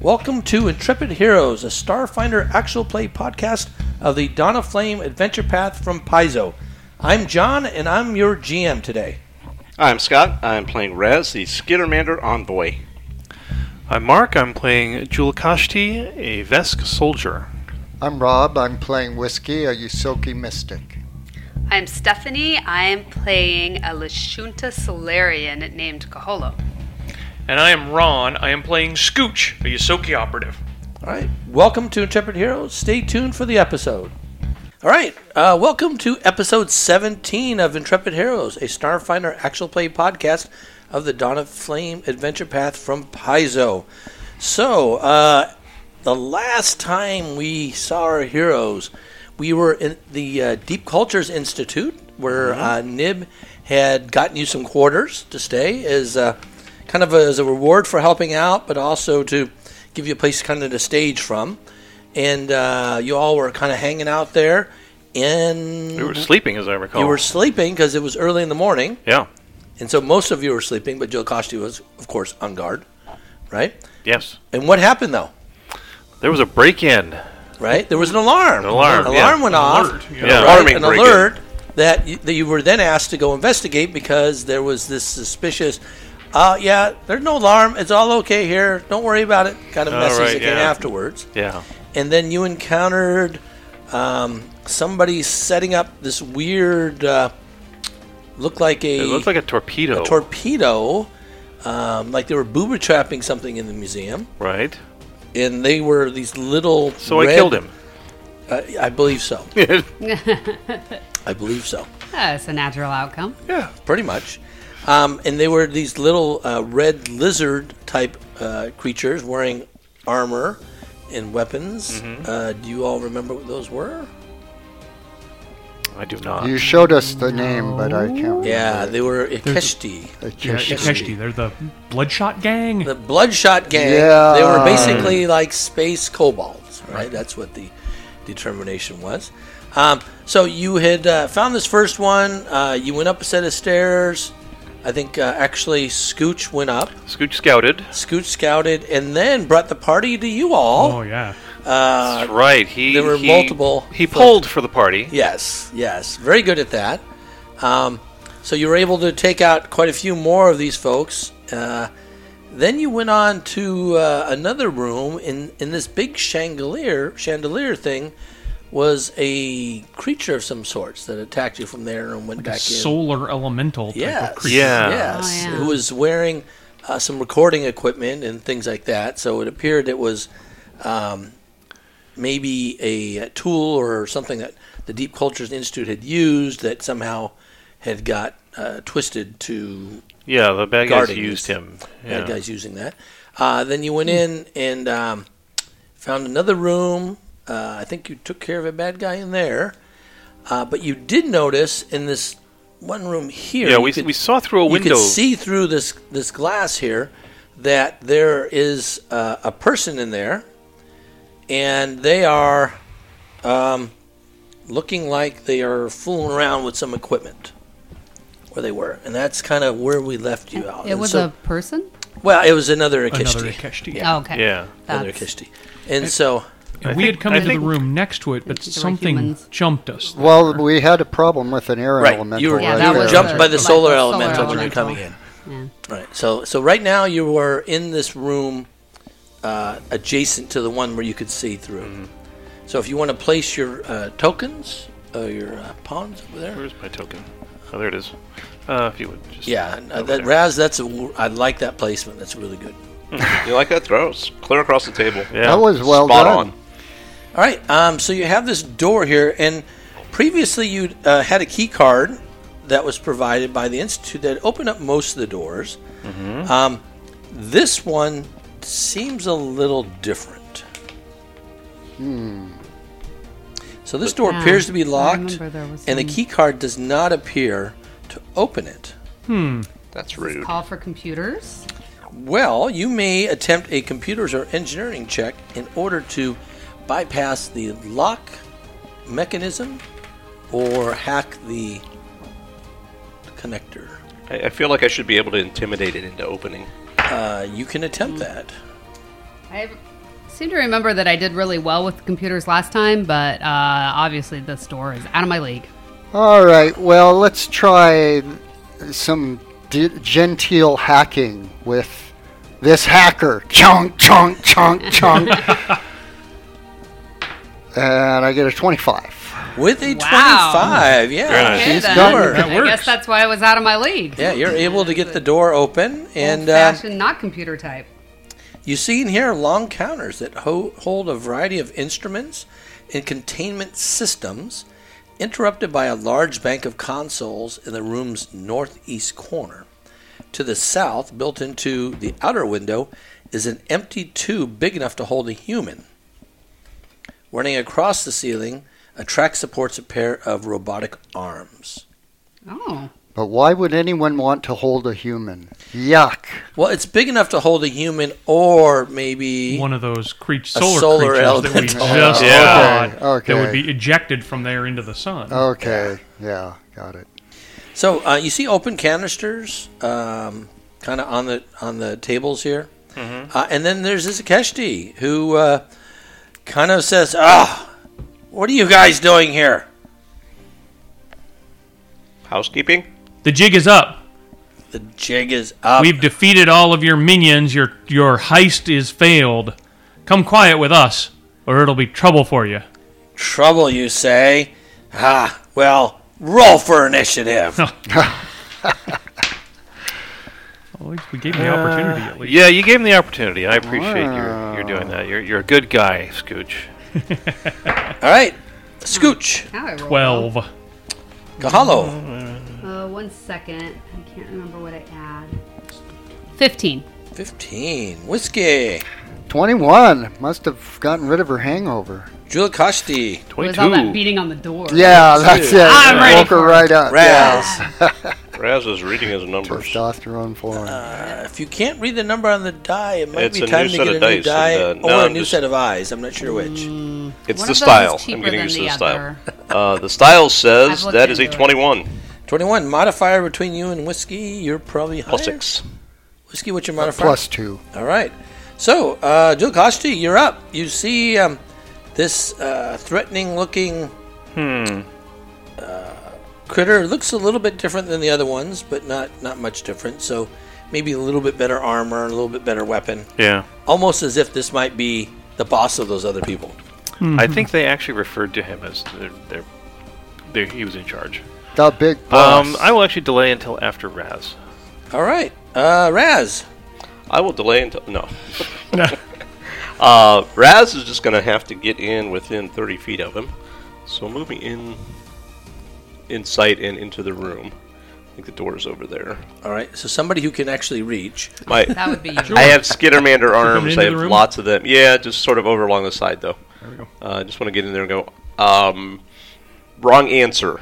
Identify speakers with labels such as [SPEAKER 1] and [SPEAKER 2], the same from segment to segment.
[SPEAKER 1] Welcome to Intrepid Heroes, a Starfinder actual play podcast of the Donna Flame Adventure Path from Paizo. I'm John, and I'm your GM today.
[SPEAKER 2] I'm Scott. I'm playing Rez, the Skittermander Envoy.
[SPEAKER 3] I'm Mark. I'm playing Julakashti, a Vesk soldier.
[SPEAKER 4] I'm Rob. I'm playing Whiskey, a Yusoki mystic.
[SPEAKER 5] I'm Stephanie. I'm playing a Lashunta Solarian named Kaholo.
[SPEAKER 6] And I am Ron. I am playing Scooch, a Yosoki operative.
[SPEAKER 1] All right, welcome to Intrepid Heroes. Stay tuned for the episode. All right, uh, welcome to episode 17 of Intrepid Heroes, a Starfinder actual play podcast of the Dawn of Flame adventure path from Paizo. So, uh, the last time we saw our heroes, we were in the uh, Deep Cultures Institute, where uh, Nib had gotten you some quarters to stay as uh, kind of as a reward for helping out, but also to give you a place kind of to stage from. And uh, you all were kind of hanging out there, and
[SPEAKER 3] We were sleeping, as I recall.
[SPEAKER 1] Mm-hmm. you were sleeping because it was early in the morning.
[SPEAKER 3] yeah.
[SPEAKER 1] And so most of you were sleeping, but Jill Costi was, of course, on guard, right?
[SPEAKER 3] Yes.
[SPEAKER 1] And what happened though?
[SPEAKER 3] There was a break-in.
[SPEAKER 1] Right? There was an alarm.
[SPEAKER 3] An alarm, yeah.
[SPEAKER 1] went off.
[SPEAKER 6] alert, yeah.
[SPEAKER 3] Yeah.
[SPEAKER 1] Right?
[SPEAKER 2] Alarming
[SPEAKER 1] An
[SPEAKER 2] break-in.
[SPEAKER 1] alert that you, that you were then asked to go investigate because there was this suspicious. Uh, yeah, there's no alarm. It's all okay here. Don't worry about it. Kind of
[SPEAKER 3] All
[SPEAKER 1] message
[SPEAKER 3] right,
[SPEAKER 1] that came
[SPEAKER 3] yeah.
[SPEAKER 1] afterwards.
[SPEAKER 3] Yeah.
[SPEAKER 1] And then you encountered um, somebody setting up this weird, uh, looked like a
[SPEAKER 3] It looked like a torpedo.
[SPEAKER 1] torpedo, um, like they were booby trapping something in the museum,
[SPEAKER 3] right.
[SPEAKER 1] and they were these little.
[SPEAKER 3] So I
[SPEAKER 1] red-
[SPEAKER 3] killed him.
[SPEAKER 1] Uh, I believe so. I believe so.
[SPEAKER 5] That's a natural outcome.
[SPEAKER 3] yeah.
[SPEAKER 1] Pretty much. Um, and they were these little uh, red lizard type uh, creatures wearing armor and weapons.
[SPEAKER 3] Mm-hmm.
[SPEAKER 1] Uh, do you all remember what those were?
[SPEAKER 3] I do
[SPEAKER 7] Uh,
[SPEAKER 3] not.
[SPEAKER 4] You showed us the name, but I can't
[SPEAKER 1] Yeah,
[SPEAKER 4] remember.
[SPEAKER 1] they were Ikeshti.
[SPEAKER 4] it.
[SPEAKER 8] Yeah,
[SPEAKER 4] Just-
[SPEAKER 8] Ikeshti, they're the Bloodshot Gang.
[SPEAKER 1] The Bloodshot Gang.
[SPEAKER 4] Yeah.
[SPEAKER 1] They were basically like space kobolds, right? That's what the determination was. Um, so you had uh, found this first one. Uh, you went up a set of stairs. I think uh, actually Scooch went up,
[SPEAKER 3] Scooch scouted.
[SPEAKER 1] Scooch scouted, and then brought the party to you all.
[SPEAKER 8] oh, yeah.
[SPEAKER 3] That's right. He.
[SPEAKER 1] Uh, there were
[SPEAKER 3] he-
[SPEAKER 1] multiple-
[SPEAKER 3] He pulled for the party.
[SPEAKER 1] Yes, yes. Very good at that. Um, so you were able to take out quite a few more of these folks. Uh, then you went on to uh, another room. In, in this big chandelier, chandelier thing was a creature of some sorts that attacked you from there and went back in.
[SPEAKER 8] Solar Elemental type
[SPEAKER 1] Yes,
[SPEAKER 8] of creature.
[SPEAKER 3] Yeah.
[SPEAKER 1] yes.
[SPEAKER 5] Oh, yeah.
[SPEAKER 1] Who was wearing uh, some recording equipment and things like that. So it appeared it was um, maybe a, a tool or something that the Deep Cultures Institute had used that somehow had got uh, twisted to
[SPEAKER 3] Yeah. The bad guys
[SPEAKER 1] Guarding
[SPEAKER 3] used
[SPEAKER 1] this.
[SPEAKER 3] him. Yeah.
[SPEAKER 1] bad guys using that. Uh, then you went in and um, found another room. Uh, I think you took care of a bad guy in there. Uh, but you did notice in this one room here.
[SPEAKER 3] Yeah.
[SPEAKER 1] you
[SPEAKER 3] We,
[SPEAKER 1] could-
[SPEAKER 3] we saw through a
[SPEAKER 1] you
[SPEAKER 3] window.
[SPEAKER 1] can see through this this glass here that there is uh, a person in there, and they are um, looking like they are fooling around with some equipment. Where they were, and that's kind of where we left you out.
[SPEAKER 5] It
[SPEAKER 1] And
[SPEAKER 5] was
[SPEAKER 1] so-
[SPEAKER 5] a person?
[SPEAKER 1] well, it was another
[SPEAKER 8] Another
[SPEAKER 1] Akishti,
[SPEAKER 8] Ikeshti.
[SPEAKER 5] Oh, okay.
[SPEAKER 3] Yeah.
[SPEAKER 1] another
[SPEAKER 5] That's,
[SPEAKER 1] Akishti, and so
[SPEAKER 8] And
[SPEAKER 3] I
[SPEAKER 8] we
[SPEAKER 3] think-
[SPEAKER 8] had come
[SPEAKER 3] I
[SPEAKER 8] into the
[SPEAKER 3] think-
[SPEAKER 8] room next to it, but
[SPEAKER 5] They were
[SPEAKER 8] something
[SPEAKER 5] humans.
[SPEAKER 8] jumped us.
[SPEAKER 4] Well, we had a problem with an air
[SPEAKER 1] right,
[SPEAKER 4] elemental.
[SPEAKER 1] you were,
[SPEAKER 4] right
[SPEAKER 5] Yeah, that
[SPEAKER 1] you were
[SPEAKER 4] there.
[SPEAKER 5] was
[SPEAKER 1] jumped
[SPEAKER 5] the-
[SPEAKER 1] by the
[SPEAKER 5] like
[SPEAKER 1] solar
[SPEAKER 5] the solar
[SPEAKER 1] elemental when you're
[SPEAKER 5] elemental.
[SPEAKER 1] coming in.
[SPEAKER 5] yeah.
[SPEAKER 1] Right. So so right now you are in this room uh, adjacent to the one where you could see through. So if you want to place your uh, tokens, uh, your uh, pawns over there.
[SPEAKER 3] Where's my token? Oh, there it is. Uh, if you would just.
[SPEAKER 1] Yeah, uh,
[SPEAKER 3] over
[SPEAKER 1] that,
[SPEAKER 3] there.
[SPEAKER 1] Raz, that's a w I like that placement. That's really good.
[SPEAKER 2] You like that throw? It's clear across the table.
[SPEAKER 3] Yeah.
[SPEAKER 4] That was well
[SPEAKER 2] Spot
[SPEAKER 4] done.
[SPEAKER 2] on.
[SPEAKER 1] All right. Um, so you have this door here, and previously you uh, had a key card that was provided by the institute that opened up most of the doors. Um, this one seems a little different. Hmm. So this door
[SPEAKER 5] Yeah,
[SPEAKER 1] appears to be
[SPEAKER 5] I
[SPEAKER 1] locked,
[SPEAKER 5] remember there was
[SPEAKER 1] and the
[SPEAKER 5] some-
[SPEAKER 1] key card does not appear to open it.
[SPEAKER 2] That's rude.
[SPEAKER 5] Call for computers.
[SPEAKER 1] Well, you may attempt a computers or engineering check in order to bypass the lock mechanism or hack the connector.
[SPEAKER 2] I, I feel like I should be able to intimidate it into opening.
[SPEAKER 1] Uh, you can attempt that.
[SPEAKER 5] I have seem to remember that I did really well with computers last time, but uh, obviously this door is out of my league.
[SPEAKER 4] All right. Well, let's try some d- genteel hacking with this hacker. Chunk, chunk, chunk, chunk. and I get a 25.
[SPEAKER 1] With a
[SPEAKER 5] Wow.
[SPEAKER 1] 25, yeah.
[SPEAKER 2] Very nice.
[SPEAKER 5] Okay,
[SPEAKER 4] She's
[SPEAKER 5] then.
[SPEAKER 4] covered.
[SPEAKER 8] That
[SPEAKER 5] uh, I
[SPEAKER 8] works.
[SPEAKER 5] guess that's why I was out of my league.
[SPEAKER 1] Yeah, you're able to get the door open, and uh,
[SPEAKER 5] Old-fashioned, not computer type.
[SPEAKER 1] you see in here long counters that ho- hold a variety of instruments and containment systems, interrupted by a large bank of consoles in the room's northeast corner. To the south, built into the outer window, is an empty tube big enough to hold a human. Running across the ceiling, a track supports a pair of robotic arms.
[SPEAKER 5] Oh,
[SPEAKER 4] But why would anyone want to hold a human? Yuck.
[SPEAKER 1] Well, it's big enough to hold a human or maybe
[SPEAKER 8] One of those cre-
[SPEAKER 1] A
[SPEAKER 8] solar,
[SPEAKER 1] solar
[SPEAKER 8] creatures that we
[SPEAKER 1] element.
[SPEAKER 8] just
[SPEAKER 1] Oh,
[SPEAKER 4] Yeah.
[SPEAKER 8] saw
[SPEAKER 4] okay,
[SPEAKER 8] that would
[SPEAKER 4] okay. Oh.
[SPEAKER 8] be ejected from there into the sun.
[SPEAKER 4] Okay. Yeah, got it.
[SPEAKER 1] So uh, you see open canisters, um, kind of on the on the tables here, uh, and then there's this Akeshti who uh, kind of says, "Ah, what are you guys doing here?"
[SPEAKER 2] Housekeeping?
[SPEAKER 8] The jig is up.
[SPEAKER 1] The jig is up.
[SPEAKER 8] We've defeated all of your minions. Your your heist is failed. Come quiet with us, or it'll be trouble for you.
[SPEAKER 1] Trouble, you say? Ah, well, roll for initiative.
[SPEAKER 8] Well, at least we gave him the opportunity. At least
[SPEAKER 3] Yeah, you gave him the opportunity. I appreciate your you're doing that. You're you're a good guy, Scooch.
[SPEAKER 1] All right, Scooch,
[SPEAKER 5] now I rolled.
[SPEAKER 8] Uh, twelve.
[SPEAKER 1] Kahalo,
[SPEAKER 5] Uh, one second. I can't remember what I add. 15.
[SPEAKER 1] fifteen, Whiskey,
[SPEAKER 4] 21. Must have gotten rid of her hangover.
[SPEAKER 1] Julakashti,
[SPEAKER 5] It
[SPEAKER 3] Twenty
[SPEAKER 5] was all that
[SPEAKER 3] two.
[SPEAKER 5] beating on the door.
[SPEAKER 4] Yeah, that's it.
[SPEAKER 5] I'm ready
[SPEAKER 4] Woke her
[SPEAKER 5] for it.
[SPEAKER 4] right up.
[SPEAKER 1] Raz.
[SPEAKER 2] Raz is reading his numbers.
[SPEAKER 4] Testosterone flowing.
[SPEAKER 5] Uh,
[SPEAKER 1] Uh, If you can't read the number on the die, it might
[SPEAKER 2] It's
[SPEAKER 1] be
[SPEAKER 2] a
[SPEAKER 1] time
[SPEAKER 2] new
[SPEAKER 1] to
[SPEAKER 2] set
[SPEAKER 1] get a
[SPEAKER 2] of
[SPEAKER 1] new
[SPEAKER 2] dice,
[SPEAKER 1] die
[SPEAKER 2] and, uh,
[SPEAKER 1] or
[SPEAKER 2] no,
[SPEAKER 1] a
[SPEAKER 2] I'm
[SPEAKER 1] new
[SPEAKER 2] just-
[SPEAKER 1] set of eyes. I'm not sure which.
[SPEAKER 2] It's
[SPEAKER 5] One
[SPEAKER 2] the
[SPEAKER 5] of those is
[SPEAKER 2] style. I'm
[SPEAKER 5] cheaper
[SPEAKER 2] getting
[SPEAKER 5] than
[SPEAKER 2] used to
[SPEAKER 5] the
[SPEAKER 2] the style.
[SPEAKER 5] other.
[SPEAKER 2] Uh, the style
[SPEAKER 5] I've
[SPEAKER 2] says
[SPEAKER 5] looked
[SPEAKER 2] that is a
[SPEAKER 5] into it.
[SPEAKER 2] 21
[SPEAKER 1] 21 modifier between you and whiskey. You're probably higher.
[SPEAKER 2] plus 6.
[SPEAKER 1] Whiskey, what's your modifier?
[SPEAKER 4] Plus two.
[SPEAKER 1] All right. So, uh, Dulkashti, you're up. You see um, this uh, threatening-looking
[SPEAKER 2] Hmm.
[SPEAKER 1] uh, critter. Looks a little bit different than the other ones, but not not much different. So, maybe a little bit better armor, a little bit better weapon.
[SPEAKER 3] Yeah.
[SPEAKER 1] Almost as if this might be the boss of those other people.
[SPEAKER 3] I think they actually referred to him as their, their, their he was in charge.
[SPEAKER 4] The big boss.
[SPEAKER 3] Um, I will actually delay until after Raz.
[SPEAKER 1] All right, uh, Raz.
[SPEAKER 2] I will delay until. No. uh, Raz is just going to have to get in within 30 feet of him. So moving in, in sight and into the room. I think the door is over there.
[SPEAKER 1] All right, so somebody who can actually reach.
[SPEAKER 2] My,
[SPEAKER 5] That would be you.
[SPEAKER 2] I have Skittermander arms.
[SPEAKER 8] into
[SPEAKER 2] I
[SPEAKER 8] the
[SPEAKER 2] have
[SPEAKER 8] room?
[SPEAKER 2] lots of them. Yeah, just sort of over along the side, though. There
[SPEAKER 8] we go.
[SPEAKER 2] I just want to get in there and go. Um, wrong answer.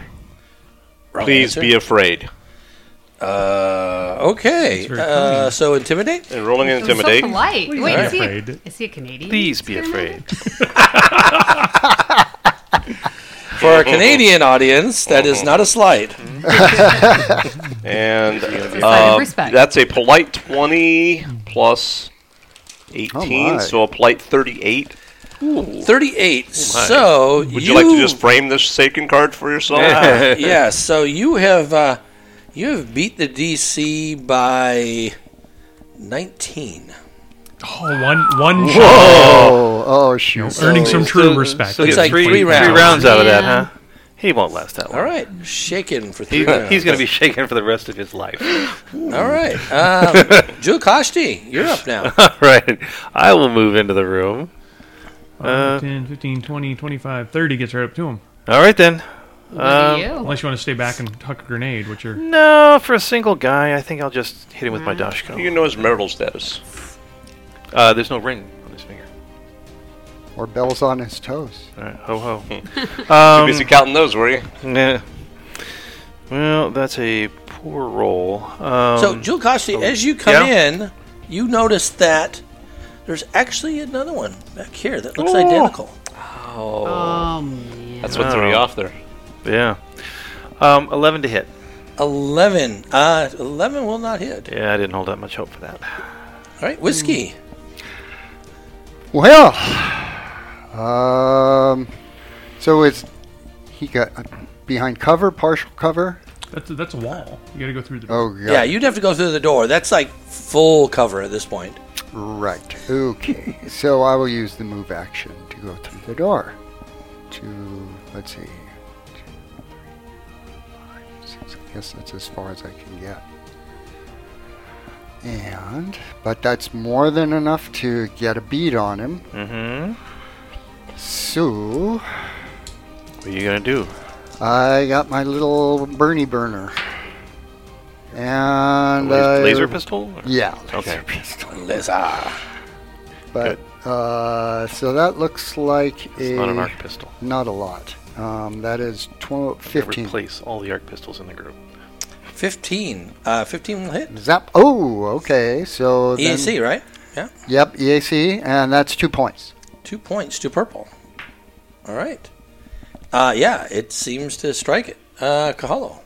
[SPEAKER 1] Wrong
[SPEAKER 2] Please
[SPEAKER 1] answer.
[SPEAKER 2] be afraid.
[SPEAKER 1] Uh, okay.
[SPEAKER 8] very
[SPEAKER 1] Uh, so intimidate.
[SPEAKER 2] And rolling and intimidate.
[SPEAKER 5] So polite. Wait,
[SPEAKER 8] that
[SPEAKER 5] is he, a,
[SPEAKER 8] afraid?
[SPEAKER 5] is he a Canadian?
[SPEAKER 3] Please be
[SPEAKER 5] Spider-Man?
[SPEAKER 3] afraid.
[SPEAKER 1] For our Canadian audience, that is not a slight.
[SPEAKER 2] Oh and
[SPEAKER 5] a sign of
[SPEAKER 2] uh,
[SPEAKER 5] respect.
[SPEAKER 2] that's a polite twenty plus
[SPEAKER 4] Oh,
[SPEAKER 2] eighteen,
[SPEAKER 4] my.
[SPEAKER 2] so a polite thirty-eight.
[SPEAKER 1] 38. so
[SPEAKER 2] Would you, like to just frame this Saken card for yourself?
[SPEAKER 1] yeah, so you have uh, you have beat the DC by 19.
[SPEAKER 8] Oh, one one shot.
[SPEAKER 4] oh, oh, shoot.
[SPEAKER 8] Earning some true
[SPEAKER 3] So-
[SPEAKER 8] respect.
[SPEAKER 3] So get
[SPEAKER 1] Looks like
[SPEAKER 3] three,
[SPEAKER 1] three
[SPEAKER 3] three
[SPEAKER 1] rounds.
[SPEAKER 3] rounds. out of that,
[SPEAKER 5] Yeah.
[SPEAKER 3] huh? He won't last that long.
[SPEAKER 1] All right, shaken for three.
[SPEAKER 3] He,
[SPEAKER 1] rounds.
[SPEAKER 3] he's going to be shaken for the rest of his life.
[SPEAKER 1] All right, um, Jewel Koshti, you're up now.
[SPEAKER 3] All right. I will move into the room.
[SPEAKER 1] Uh,
[SPEAKER 8] Five, 10, 15, 20, 25, 30 gets right up to him.
[SPEAKER 3] All right then.
[SPEAKER 5] Look
[SPEAKER 3] Um,
[SPEAKER 5] at you.
[SPEAKER 8] Unless you want to stay back and tuck a grenade, which you're.
[SPEAKER 3] No, for a single guy, I think I'll just hit him with my
[SPEAKER 2] You
[SPEAKER 3] dashko.
[SPEAKER 2] know his marital status.
[SPEAKER 3] Uh, there's no ring on his finger.
[SPEAKER 4] Or bells on his toes.
[SPEAKER 3] All right, ho ho. Hmm.
[SPEAKER 8] Um,
[SPEAKER 3] Um,
[SPEAKER 2] Too busy counting those, were you?
[SPEAKER 3] Yeah. Well, that's a poor roll. Um,
[SPEAKER 1] So, Jewel Koshti, as you come
[SPEAKER 3] yeah.
[SPEAKER 1] in, you notice that there's actually another one back here that looks
[SPEAKER 3] Oh.
[SPEAKER 1] identical.
[SPEAKER 5] Oh, man.
[SPEAKER 2] That's what threw me
[SPEAKER 3] Oh.
[SPEAKER 2] off there.
[SPEAKER 3] yeah, um, eleven to hit.
[SPEAKER 1] 11. Uh, 11 will not hit.
[SPEAKER 3] Yeah, I didn't hold out much hope for that.
[SPEAKER 1] All right, whiskey.
[SPEAKER 4] Well, um, so it's he got uh, behind cover, partial cover.
[SPEAKER 8] That's a, that's a wall. You gotta go through the.
[SPEAKER 4] Oh,
[SPEAKER 1] Yeah, you'd have to go through the door. That's like full cover at this point.
[SPEAKER 4] Right. Okay. so I will use the move action to go through the door. To let's see. Two, three, five, six. I guess that's as far as I can get. And but that's more than enough to get a bead on him.
[SPEAKER 3] Mm-hmm.
[SPEAKER 4] So
[SPEAKER 3] What are you gonna do?
[SPEAKER 4] I got my little Bernie burner. And
[SPEAKER 3] Laser,
[SPEAKER 4] I-
[SPEAKER 3] laser pistol? or-
[SPEAKER 4] Yeah.
[SPEAKER 3] Okay.
[SPEAKER 1] Lizard.
[SPEAKER 4] But uh, so that looks like
[SPEAKER 3] It's
[SPEAKER 4] a
[SPEAKER 3] not an arc pistol.
[SPEAKER 4] Not a lot. Um, that is 12,
[SPEAKER 3] They
[SPEAKER 4] 15.
[SPEAKER 3] Replace all the arc pistols in the group.
[SPEAKER 1] 15. Uh, 15 will hit.
[SPEAKER 4] Zap. Oh, okay. So
[SPEAKER 5] E
[SPEAKER 4] then-
[SPEAKER 1] EAC, right?
[SPEAKER 4] Yep, EAC, and that's two points.
[SPEAKER 1] Two points to purple. All right. Uh, yeah, it seems to strike it. Uh, Kahalo.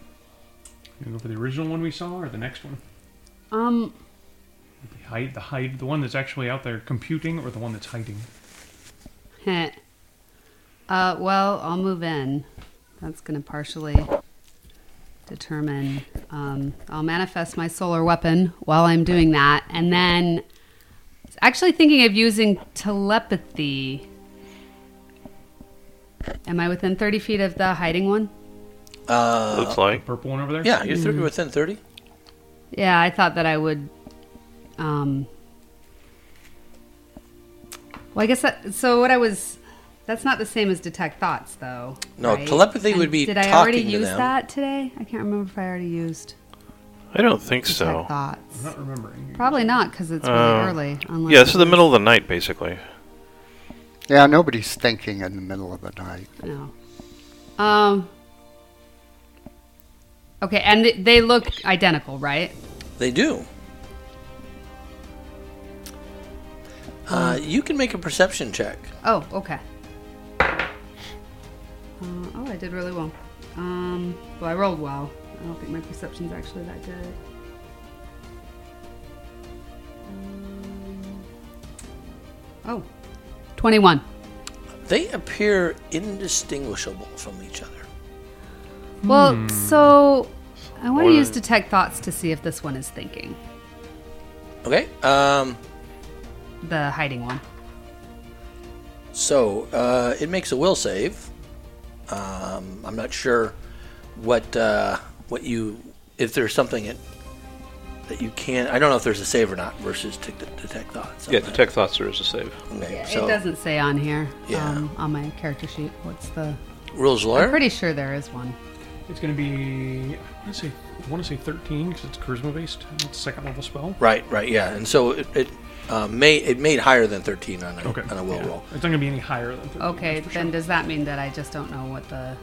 [SPEAKER 8] You go for the original one we saw, or the next one.
[SPEAKER 5] Um,
[SPEAKER 8] The hide, the hide, the one that's actually out there computing, or the one that's hiding.
[SPEAKER 5] Heh. uh, well, I'll move in. That's going to partially determine. Um, I'll manifest my solar weapon while I'm doing that. And then, I was actually thinking of using telepathy. Am I within 30 feet of the hiding one?
[SPEAKER 7] Uh,
[SPEAKER 3] Looks like.
[SPEAKER 8] Purple one over there.
[SPEAKER 1] Uh, Yeah, you're
[SPEAKER 3] Mm.
[SPEAKER 1] th- within 30.
[SPEAKER 5] Yeah, I thought that I would. Um, well, I guess that. So what I was. That's not the same as detect thoughts, though.
[SPEAKER 1] No,
[SPEAKER 5] right?
[SPEAKER 1] telepathy
[SPEAKER 5] And
[SPEAKER 1] would be
[SPEAKER 5] Did
[SPEAKER 1] talking
[SPEAKER 5] I already
[SPEAKER 1] to
[SPEAKER 5] use
[SPEAKER 1] them.
[SPEAKER 5] that today? I can't remember if I already used
[SPEAKER 3] I don't think
[SPEAKER 5] detect
[SPEAKER 3] so.
[SPEAKER 5] thoughts.
[SPEAKER 8] I'm not remembering.
[SPEAKER 5] Probably not because it's really
[SPEAKER 3] Uh,
[SPEAKER 5] early. Unless
[SPEAKER 3] Yeah, this is the middle of the night, basically.
[SPEAKER 4] Yeah, nobody's thinking in the middle of the night.
[SPEAKER 5] No. Um. Okay, and th- they look identical, right?
[SPEAKER 1] They do. Uh, you can make a perception check.
[SPEAKER 5] Oh, okay. Uh, oh, I did really well. Um, well, I rolled well. I don't think my perception's actually that good. Um, Oh, 21.
[SPEAKER 1] They appear indistinguishable from each other. Hmm.
[SPEAKER 5] Well, so I want
[SPEAKER 3] More
[SPEAKER 5] to use
[SPEAKER 3] than-
[SPEAKER 5] detect thoughts to see if this one is thinking.
[SPEAKER 1] Okay. Um,
[SPEAKER 5] The hiding one.
[SPEAKER 1] so uh, it makes a will save. Um, I'm not sure what uh, what you if there's something it, that you can. I don't know if there's a save or not versus to, to detect thoughts.
[SPEAKER 2] Yeah, detect thoughts. There is a save.
[SPEAKER 1] Okay,
[SPEAKER 5] it
[SPEAKER 1] so
[SPEAKER 5] doesn't say on here
[SPEAKER 1] Yeah.
[SPEAKER 5] um, on my character sheet. What's the?
[SPEAKER 1] rules lawyer.
[SPEAKER 5] I'm pretty sure there is one.
[SPEAKER 8] It's gonna be. I want to say. I want to say 13 because it's charisma based. and It's a second level spell.
[SPEAKER 1] right. Right. Yeah. And so it. it uh, may it made higher than 13 on a,
[SPEAKER 8] Okay.
[SPEAKER 1] on a will
[SPEAKER 8] yeah.
[SPEAKER 1] roll.
[SPEAKER 8] It's not gonna be any higher than 13.
[SPEAKER 5] Okay,
[SPEAKER 8] that's for
[SPEAKER 5] then
[SPEAKER 8] sure.
[SPEAKER 5] does that mean that I just don't know what the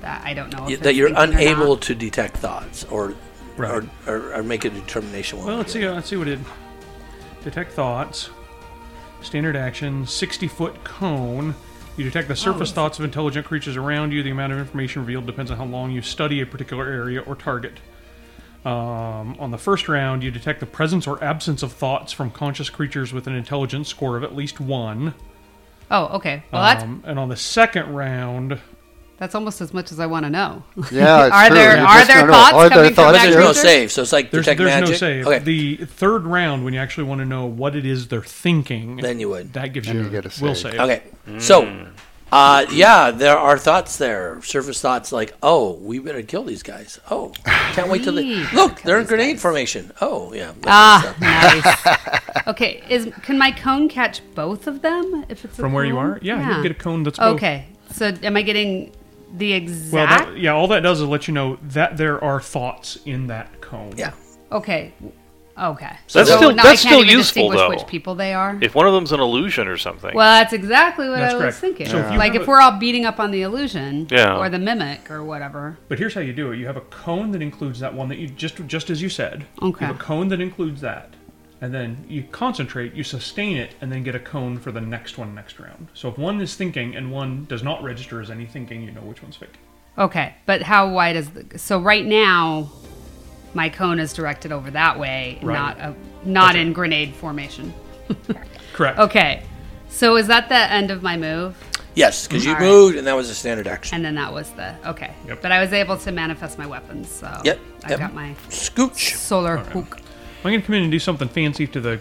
[SPEAKER 5] that I don't know
[SPEAKER 1] Y-
[SPEAKER 5] if
[SPEAKER 1] that
[SPEAKER 5] it's
[SPEAKER 1] you're
[SPEAKER 5] thinking or
[SPEAKER 1] unable
[SPEAKER 5] not?
[SPEAKER 1] to detect thoughts or,
[SPEAKER 8] Right.
[SPEAKER 1] or, or or make a determination. one
[SPEAKER 8] Well,
[SPEAKER 1] way
[SPEAKER 8] let's
[SPEAKER 1] or
[SPEAKER 8] see. uh, Let's see what it. Detect thoughts. Standard action. Sixty-foot cone. You detect the surface
[SPEAKER 5] Oh.
[SPEAKER 8] thoughts of intelligent creatures around you. The amount of information revealed depends on how long you study a particular area or target. Um, on the first round, you detect the presence or absence of thoughts from conscious creatures with an intelligence score of at least one.
[SPEAKER 5] Oh, okay. Well, that's
[SPEAKER 8] Um, and on the second round,
[SPEAKER 5] that's almost as much as I want to know.
[SPEAKER 4] Yeah, it's
[SPEAKER 5] Are
[SPEAKER 4] true.
[SPEAKER 5] there-
[SPEAKER 4] You
[SPEAKER 5] are
[SPEAKER 4] just
[SPEAKER 5] there
[SPEAKER 4] don't know.
[SPEAKER 5] thoughts
[SPEAKER 4] Are there
[SPEAKER 5] coming from
[SPEAKER 4] thoughts?
[SPEAKER 1] But there's
[SPEAKER 5] Detect
[SPEAKER 1] no
[SPEAKER 5] creatures?
[SPEAKER 1] save, so it's like
[SPEAKER 8] there's,
[SPEAKER 1] detect
[SPEAKER 8] there's
[SPEAKER 1] magic.
[SPEAKER 8] no save.
[SPEAKER 1] Okay,
[SPEAKER 8] The third round, when you actually want to know what it is they're thinking,
[SPEAKER 1] then you would.
[SPEAKER 8] that gives
[SPEAKER 4] Then
[SPEAKER 8] you,
[SPEAKER 4] you get a
[SPEAKER 8] will
[SPEAKER 4] save.
[SPEAKER 8] save.
[SPEAKER 1] Okay, so uh, yeah, there are thoughts there, surface thoughts like, oh, we better kill these guys. Oh, can't wait till they
[SPEAKER 5] Please
[SPEAKER 1] look.
[SPEAKER 5] kill
[SPEAKER 1] They're in
[SPEAKER 5] these
[SPEAKER 1] grenade
[SPEAKER 5] guys.
[SPEAKER 1] formation. Oh yeah. that
[SPEAKER 5] ah,
[SPEAKER 1] makes sense.
[SPEAKER 5] nice. Okay, is can my cone catch both of them if it's a
[SPEAKER 8] From where you
[SPEAKER 5] cone?
[SPEAKER 8] are? Yeah, you get a cone that's both.
[SPEAKER 5] Okay, so am I getting the exact?
[SPEAKER 8] Well, that, yeah, all that does is let you know that there are thoughts in that cone.
[SPEAKER 1] Yeah.
[SPEAKER 5] okay, okay.
[SPEAKER 3] That's
[SPEAKER 5] So
[SPEAKER 3] still-
[SPEAKER 5] now I
[SPEAKER 3] that's
[SPEAKER 5] can't
[SPEAKER 3] still
[SPEAKER 5] even
[SPEAKER 3] useful,
[SPEAKER 5] distinguish
[SPEAKER 3] though.
[SPEAKER 5] Which people they are?
[SPEAKER 3] If one of them's an illusion or something.
[SPEAKER 5] Well, that's exactly what
[SPEAKER 8] That's
[SPEAKER 5] I was
[SPEAKER 8] correct.
[SPEAKER 5] thinking.
[SPEAKER 8] So if you
[SPEAKER 5] like
[SPEAKER 8] have
[SPEAKER 5] if
[SPEAKER 8] a-
[SPEAKER 5] we're all beating up on the illusion
[SPEAKER 3] Yeah.
[SPEAKER 5] or the mimic or whatever.
[SPEAKER 8] But here's how you do it: you have a cone that includes that one that you just just as you said.
[SPEAKER 5] Okay.
[SPEAKER 8] You have a cone that includes that, and then you concentrate, you sustain it, and then get a cone for the next one next round. So if one is thinking and one does not register as any thinking, you know which one's thinking.
[SPEAKER 5] Okay, but how wide is the so right now my cone is directed over that way,
[SPEAKER 8] Right.
[SPEAKER 5] not a, not in grenade formation.
[SPEAKER 8] Correct.
[SPEAKER 5] Okay. So is that the end of my move?
[SPEAKER 1] Yes, because you
[SPEAKER 5] All right.
[SPEAKER 1] moved, and that was a standard action.
[SPEAKER 5] And then that was the okay.
[SPEAKER 8] Yep.
[SPEAKER 5] But I was able to manifest my weapons, so
[SPEAKER 1] Yep,
[SPEAKER 5] I
[SPEAKER 1] yep.
[SPEAKER 5] got my
[SPEAKER 1] Scooch.
[SPEAKER 5] solar hook.
[SPEAKER 8] I'm going to come in and do something fancy to the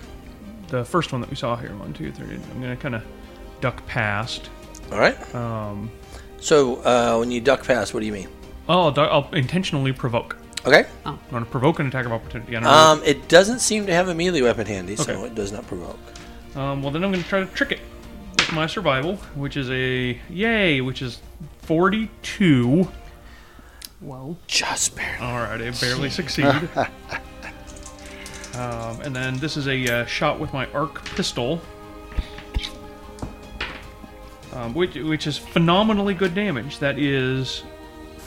[SPEAKER 8] the first one that we saw here. One, two, three. I'm going to kind of duck past.
[SPEAKER 1] All right. Um. So uh, when you duck past, what do you mean?
[SPEAKER 8] Oh, I'll, duck, I'll intentionally provoke.
[SPEAKER 1] Okay.
[SPEAKER 8] I'm going to provoke an attack of opportunity. I don't know.
[SPEAKER 1] Um, it doesn't seem to have a melee weapon handy, so
[SPEAKER 8] Okay.
[SPEAKER 1] it does not provoke.
[SPEAKER 8] Um, well, then I'm going to try to trick it with my survival, which is a yay, which is 42.
[SPEAKER 5] Whoa.
[SPEAKER 1] Just barely.
[SPEAKER 8] All right, I barely succeed. um, and then this is a uh, shot with my arc pistol, um, which which is phenomenally good damage. That is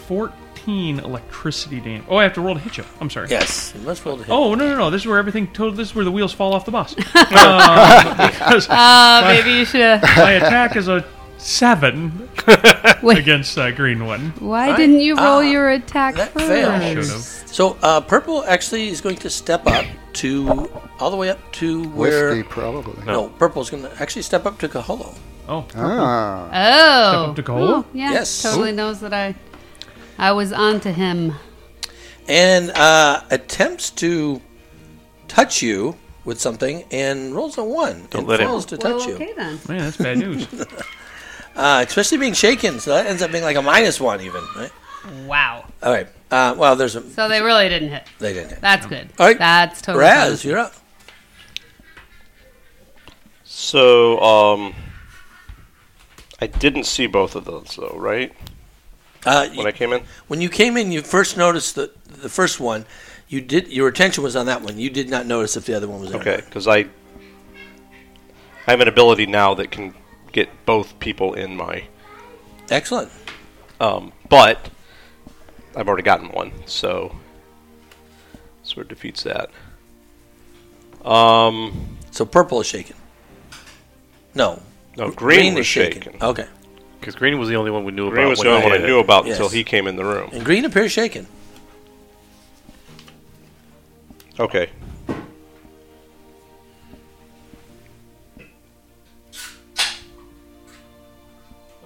[SPEAKER 8] 14 electricity damage. Oh, I have to roll to hit you. I'm sorry.
[SPEAKER 1] Yes, you must roll to hit.
[SPEAKER 8] Oh no no no! This is where everything. To- this is where the wheels fall off the bus. um, because
[SPEAKER 5] Uh, maybe you should.
[SPEAKER 8] my attack is a seven against uh, green one.
[SPEAKER 5] Why didn't you roll your attack
[SPEAKER 1] Ah, that
[SPEAKER 5] first?
[SPEAKER 1] failed.
[SPEAKER 8] Should've.
[SPEAKER 1] So uh, purple actually is going to step up to all the way up to where.
[SPEAKER 4] Whiskey, probably.
[SPEAKER 1] No, purple's going to actually step up to Kaholo.
[SPEAKER 8] Oh,
[SPEAKER 4] Ah.
[SPEAKER 5] Oh.
[SPEAKER 8] up to goal?
[SPEAKER 5] Oh, yeah.
[SPEAKER 1] Yes.
[SPEAKER 5] Totally knows that I I was on to him.
[SPEAKER 1] and uh, attempts to touch you with something and rolls a one
[SPEAKER 2] Don't
[SPEAKER 1] and
[SPEAKER 2] let him.
[SPEAKER 1] fails to touch
[SPEAKER 5] well, okay
[SPEAKER 1] you,
[SPEAKER 5] then.
[SPEAKER 8] man, that's bad news.
[SPEAKER 1] uh, especially being shaken. So that ends up being like a minus one even. Right?
[SPEAKER 5] Wow.
[SPEAKER 1] All right. Uh, well, there's a
[SPEAKER 5] So they really didn't hit.
[SPEAKER 1] they didn't hit.
[SPEAKER 5] That's good.
[SPEAKER 1] All right.
[SPEAKER 5] That's totally
[SPEAKER 1] Raz,
[SPEAKER 5] fine.
[SPEAKER 1] you're up.
[SPEAKER 2] So, um, I didn't see both of those though, right?
[SPEAKER 1] Uh, you-
[SPEAKER 2] When I came in.
[SPEAKER 1] when you came in, you first noticed the the first one. You did. Your attention was on that one. You did not notice if the other one was there.
[SPEAKER 2] Okay, because I I have an ability now that can get both people in my.
[SPEAKER 1] Excellent.
[SPEAKER 2] Um, but I've already gotten one, so sort of defeats that. Um,
[SPEAKER 1] So purple is shaken. No.
[SPEAKER 2] no, green,
[SPEAKER 1] Green,
[SPEAKER 2] was
[SPEAKER 1] is shaken.
[SPEAKER 2] shaken.
[SPEAKER 1] Okay.
[SPEAKER 7] Because Green was the only one we knew
[SPEAKER 2] Green
[SPEAKER 7] Oh, about.
[SPEAKER 2] was
[SPEAKER 7] when
[SPEAKER 2] the only
[SPEAKER 7] I
[SPEAKER 2] one I
[SPEAKER 7] hit
[SPEAKER 2] knew
[SPEAKER 7] it.
[SPEAKER 2] about
[SPEAKER 1] Yes.
[SPEAKER 2] until he came in the room.
[SPEAKER 1] And green appears shaken.
[SPEAKER 2] Okay.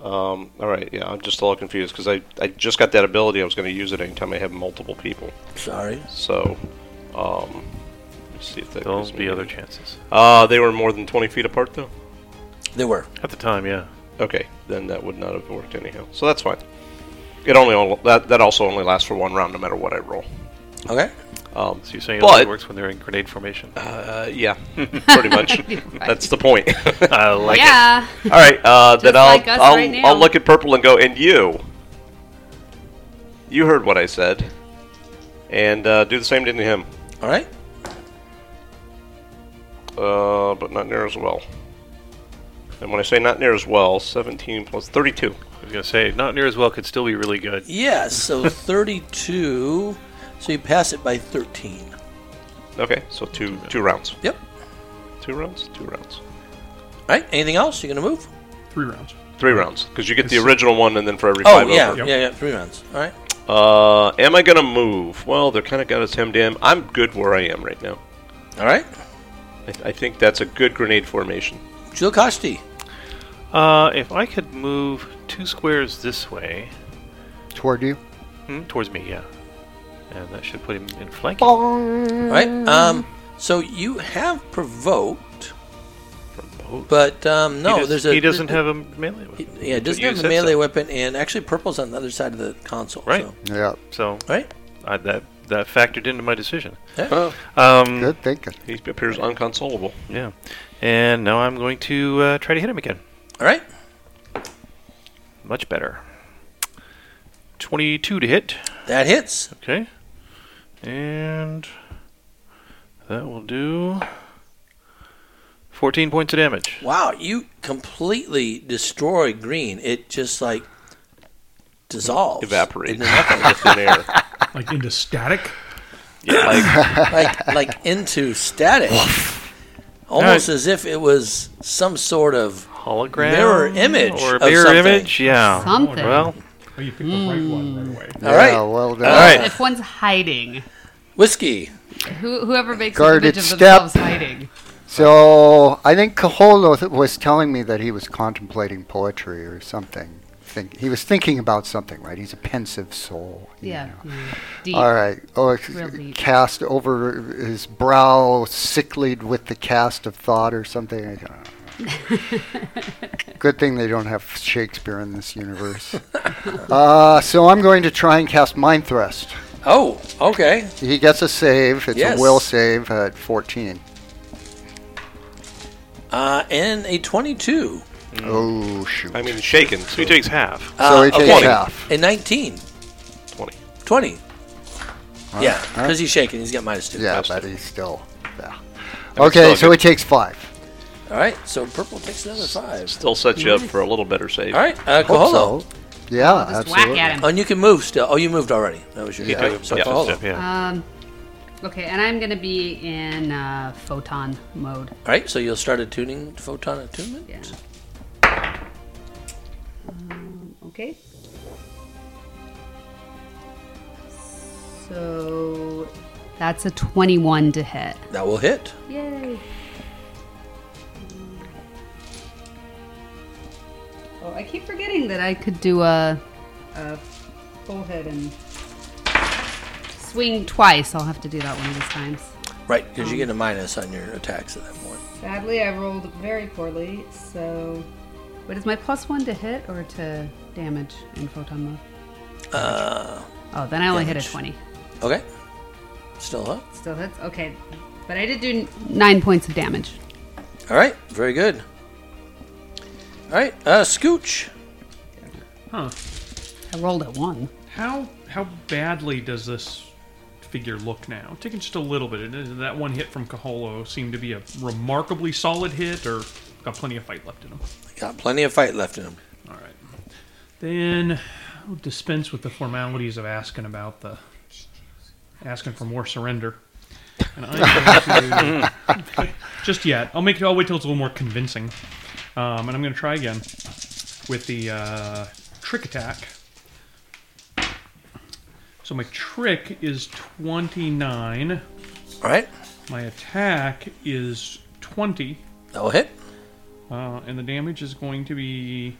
[SPEAKER 2] Um, all right, yeah, I'm just a little confused because I, I just got that ability. I was going to use it anytime I have multiple people.
[SPEAKER 1] Sorry.
[SPEAKER 2] So, um, let's see if that
[SPEAKER 7] There'll
[SPEAKER 2] gives me-
[SPEAKER 7] be other chances.
[SPEAKER 2] Uh, they were more than 20 feet apart, though?
[SPEAKER 1] They were.
[SPEAKER 7] At the time, yeah.
[SPEAKER 2] Okay, then that would not have worked anyhow. So that's fine. It only that, that also only lasts for one round, no matter what I roll.
[SPEAKER 1] Okay.
[SPEAKER 2] Um,
[SPEAKER 7] So you're saying it
[SPEAKER 2] But-
[SPEAKER 7] only works when they're in grenade formation?
[SPEAKER 2] uh, yeah, pretty much. That's the point.
[SPEAKER 7] I like it.
[SPEAKER 5] yeah.
[SPEAKER 2] All right, uh, then
[SPEAKER 5] Just
[SPEAKER 2] I'll
[SPEAKER 5] like us
[SPEAKER 2] I'll,
[SPEAKER 5] right now.
[SPEAKER 2] I'll look at purple and go. And you, you heard what I said, and uh, do the same to him,
[SPEAKER 1] All right.
[SPEAKER 2] uh, but not near as well. And when I say not near as well, seventeen plus thirty-two.
[SPEAKER 7] I was gonna say not near as well could still be really good.
[SPEAKER 1] Yeah, so 32. So you pass it by 13.
[SPEAKER 2] Okay, so two two rounds,
[SPEAKER 1] Yep.
[SPEAKER 2] two rounds, two rounds,
[SPEAKER 1] All right. Anything else? You're going to move?
[SPEAKER 8] Three rounds.
[SPEAKER 2] three rounds, because you get the original one, and then for every
[SPEAKER 1] Oh,
[SPEAKER 2] five
[SPEAKER 1] yeah.
[SPEAKER 2] over.
[SPEAKER 1] Yeah, yeah. Three rounds. All right.
[SPEAKER 2] Uh, am I gonna move? Well, they're kind of got us hemmed in. I'm good where I am right now.
[SPEAKER 1] All right.
[SPEAKER 2] I, I think that's a good grenade formation.
[SPEAKER 1] Jill Kosti.
[SPEAKER 7] Uh, if I could move two squares this way
[SPEAKER 4] Toward you.
[SPEAKER 7] hmm, towards me, yeah, and that should put him in flank.
[SPEAKER 1] All right. Um, so you have provoked, but um, no,
[SPEAKER 7] he does,
[SPEAKER 1] there's a.
[SPEAKER 7] he doesn't have a melee. weapon.
[SPEAKER 1] Yeah, it doesn't
[SPEAKER 7] You
[SPEAKER 1] have a
[SPEAKER 7] said
[SPEAKER 1] melee
[SPEAKER 7] so.
[SPEAKER 1] weapon, and actually, purple's on the other side of the console.
[SPEAKER 7] Right.
[SPEAKER 1] So.
[SPEAKER 4] Yeah.
[SPEAKER 7] So
[SPEAKER 1] All right.
[SPEAKER 7] I, that that factored into my decision.
[SPEAKER 1] Yeah.
[SPEAKER 7] Um,
[SPEAKER 4] Good thinking.
[SPEAKER 2] He appears unconsolable.
[SPEAKER 7] Yeah, and now I'm going to uh, try to hit him again.
[SPEAKER 1] All right.
[SPEAKER 7] Much better. Twenty-two to hit.
[SPEAKER 1] That hits.
[SPEAKER 7] Okay. And that will do 14 points of damage.
[SPEAKER 1] Wow. You completely destroy green. It just like dissolves.
[SPEAKER 2] Evaporate.
[SPEAKER 1] into nothing.
[SPEAKER 2] Just in air.
[SPEAKER 8] Like into static.
[SPEAKER 1] like like into static, almost as if it was some sort of
[SPEAKER 7] Hologram?
[SPEAKER 1] Mirror image
[SPEAKER 7] Or
[SPEAKER 1] of
[SPEAKER 7] mirror
[SPEAKER 1] something.
[SPEAKER 7] image? Yeah.
[SPEAKER 5] Something.
[SPEAKER 7] Well,
[SPEAKER 8] Oh, you picked the right one right away.
[SPEAKER 1] All
[SPEAKER 4] yeah,
[SPEAKER 1] right.
[SPEAKER 4] Well done.
[SPEAKER 1] All
[SPEAKER 7] right.
[SPEAKER 5] If one's hiding,
[SPEAKER 1] whiskey.
[SPEAKER 5] who, whoever makes an
[SPEAKER 4] Guarded
[SPEAKER 5] image of
[SPEAKER 4] step.
[SPEAKER 5] themselves hiding.
[SPEAKER 4] So I think Caholo th- was telling me that he was contemplating poetry or something. Think, he was thinking about something, right? He's a pensive soul. you
[SPEAKER 5] Yeah.
[SPEAKER 4] know.
[SPEAKER 5] yeah. Deep.
[SPEAKER 4] All right. Oh, ex-
[SPEAKER 5] Real deep.
[SPEAKER 4] cast over his brow, sicklied with the cast of thought or something. I don't know. Good thing they don't have Shakespeare in this universe. uh, so I'm going to try and cast Mind Thrust.
[SPEAKER 1] Oh, okay.
[SPEAKER 4] He gets a save. It's
[SPEAKER 1] Yes.
[SPEAKER 4] a will save at 14.
[SPEAKER 1] Uh, and a 22.
[SPEAKER 4] Oh, shoot.
[SPEAKER 2] I mean, shaken. So
[SPEAKER 7] He takes half.
[SPEAKER 4] so he
[SPEAKER 1] Mm. Uh,
[SPEAKER 4] takes
[SPEAKER 1] okay.
[SPEAKER 4] half.
[SPEAKER 1] A 19.
[SPEAKER 2] 20.
[SPEAKER 1] 20. yeah, because
[SPEAKER 4] all right.
[SPEAKER 1] he's shaking. He's got minus two.
[SPEAKER 4] Yeah, but
[SPEAKER 2] Absolutely.
[SPEAKER 4] he's still. Yeah. Okay,
[SPEAKER 2] still
[SPEAKER 4] so he takes five.
[SPEAKER 1] All right, so purple takes another five.
[SPEAKER 2] Still sets you up for a little better save.
[SPEAKER 1] All right, uh,
[SPEAKER 4] Hope
[SPEAKER 1] Koholo.
[SPEAKER 4] so. Yeah,
[SPEAKER 5] Just
[SPEAKER 4] absolutely.
[SPEAKER 5] whack at him.
[SPEAKER 1] Oh, and you can move still. Oh, you moved already. That was your
[SPEAKER 2] You
[SPEAKER 1] all
[SPEAKER 2] took
[SPEAKER 1] right, So
[SPEAKER 2] yeah,
[SPEAKER 1] Koholo.
[SPEAKER 2] step,
[SPEAKER 7] yeah.
[SPEAKER 5] Um, okay, and I'm going to be in uh, photon mode.
[SPEAKER 1] All right, so you'll start attuning photon attunement.
[SPEAKER 5] Yeah. Um, okay. So that's a 21 to hit.
[SPEAKER 1] That will hit.
[SPEAKER 5] Yay. Oh, I keep forgetting that I could do a, a full hit and swing twice. I'll have to do that one of these times.
[SPEAKER 1] Right, because you get a minus on your attacks at that point.
[SPEAKER 5] Sadly, I rolled very poorly, so. What is my plus one to hit or to damage in photon mode?
[SPEAKER 1] Uh,
[SPEAKER 5] Oh, then I only hit
[SPEAKER 1] Damage.
[SPEAKER 5] a 20.
[SPEAKER 1] okay. Still up.
[SPEAKER 5] Still hits? Okay. But I did do n- nine points of damage.
[SPEAKER 1] All right, very good. All right, uh, Scooch.
[SPEAKER 8] Huh.
[SPEAKER 5] I rolled a one.
[SPEAKER 8] How how badly does this figure look now? Taking just a little bit. It- That one hit from Caholo seemed to be a remarkably solid hit, or got plenty of fight left in him.
[SPEAKER 1] Got plenty of fight left in him.
[SPEAKER 8] All right. Then I'll dispense with the formalities of asking about the asking for more surrender. And I'm going to, just yet. I'll make. I'll wait till it's a little more convincing. Um, and I'm going to try again with the uh, trick attack. So my trick is 29.
[SPEAKER 1] All right,
[SPEAKER 8] My attack is 20.
[SPEAKER 1] that will hit.
[SPEAKER 8] Uh, and the damage is going to be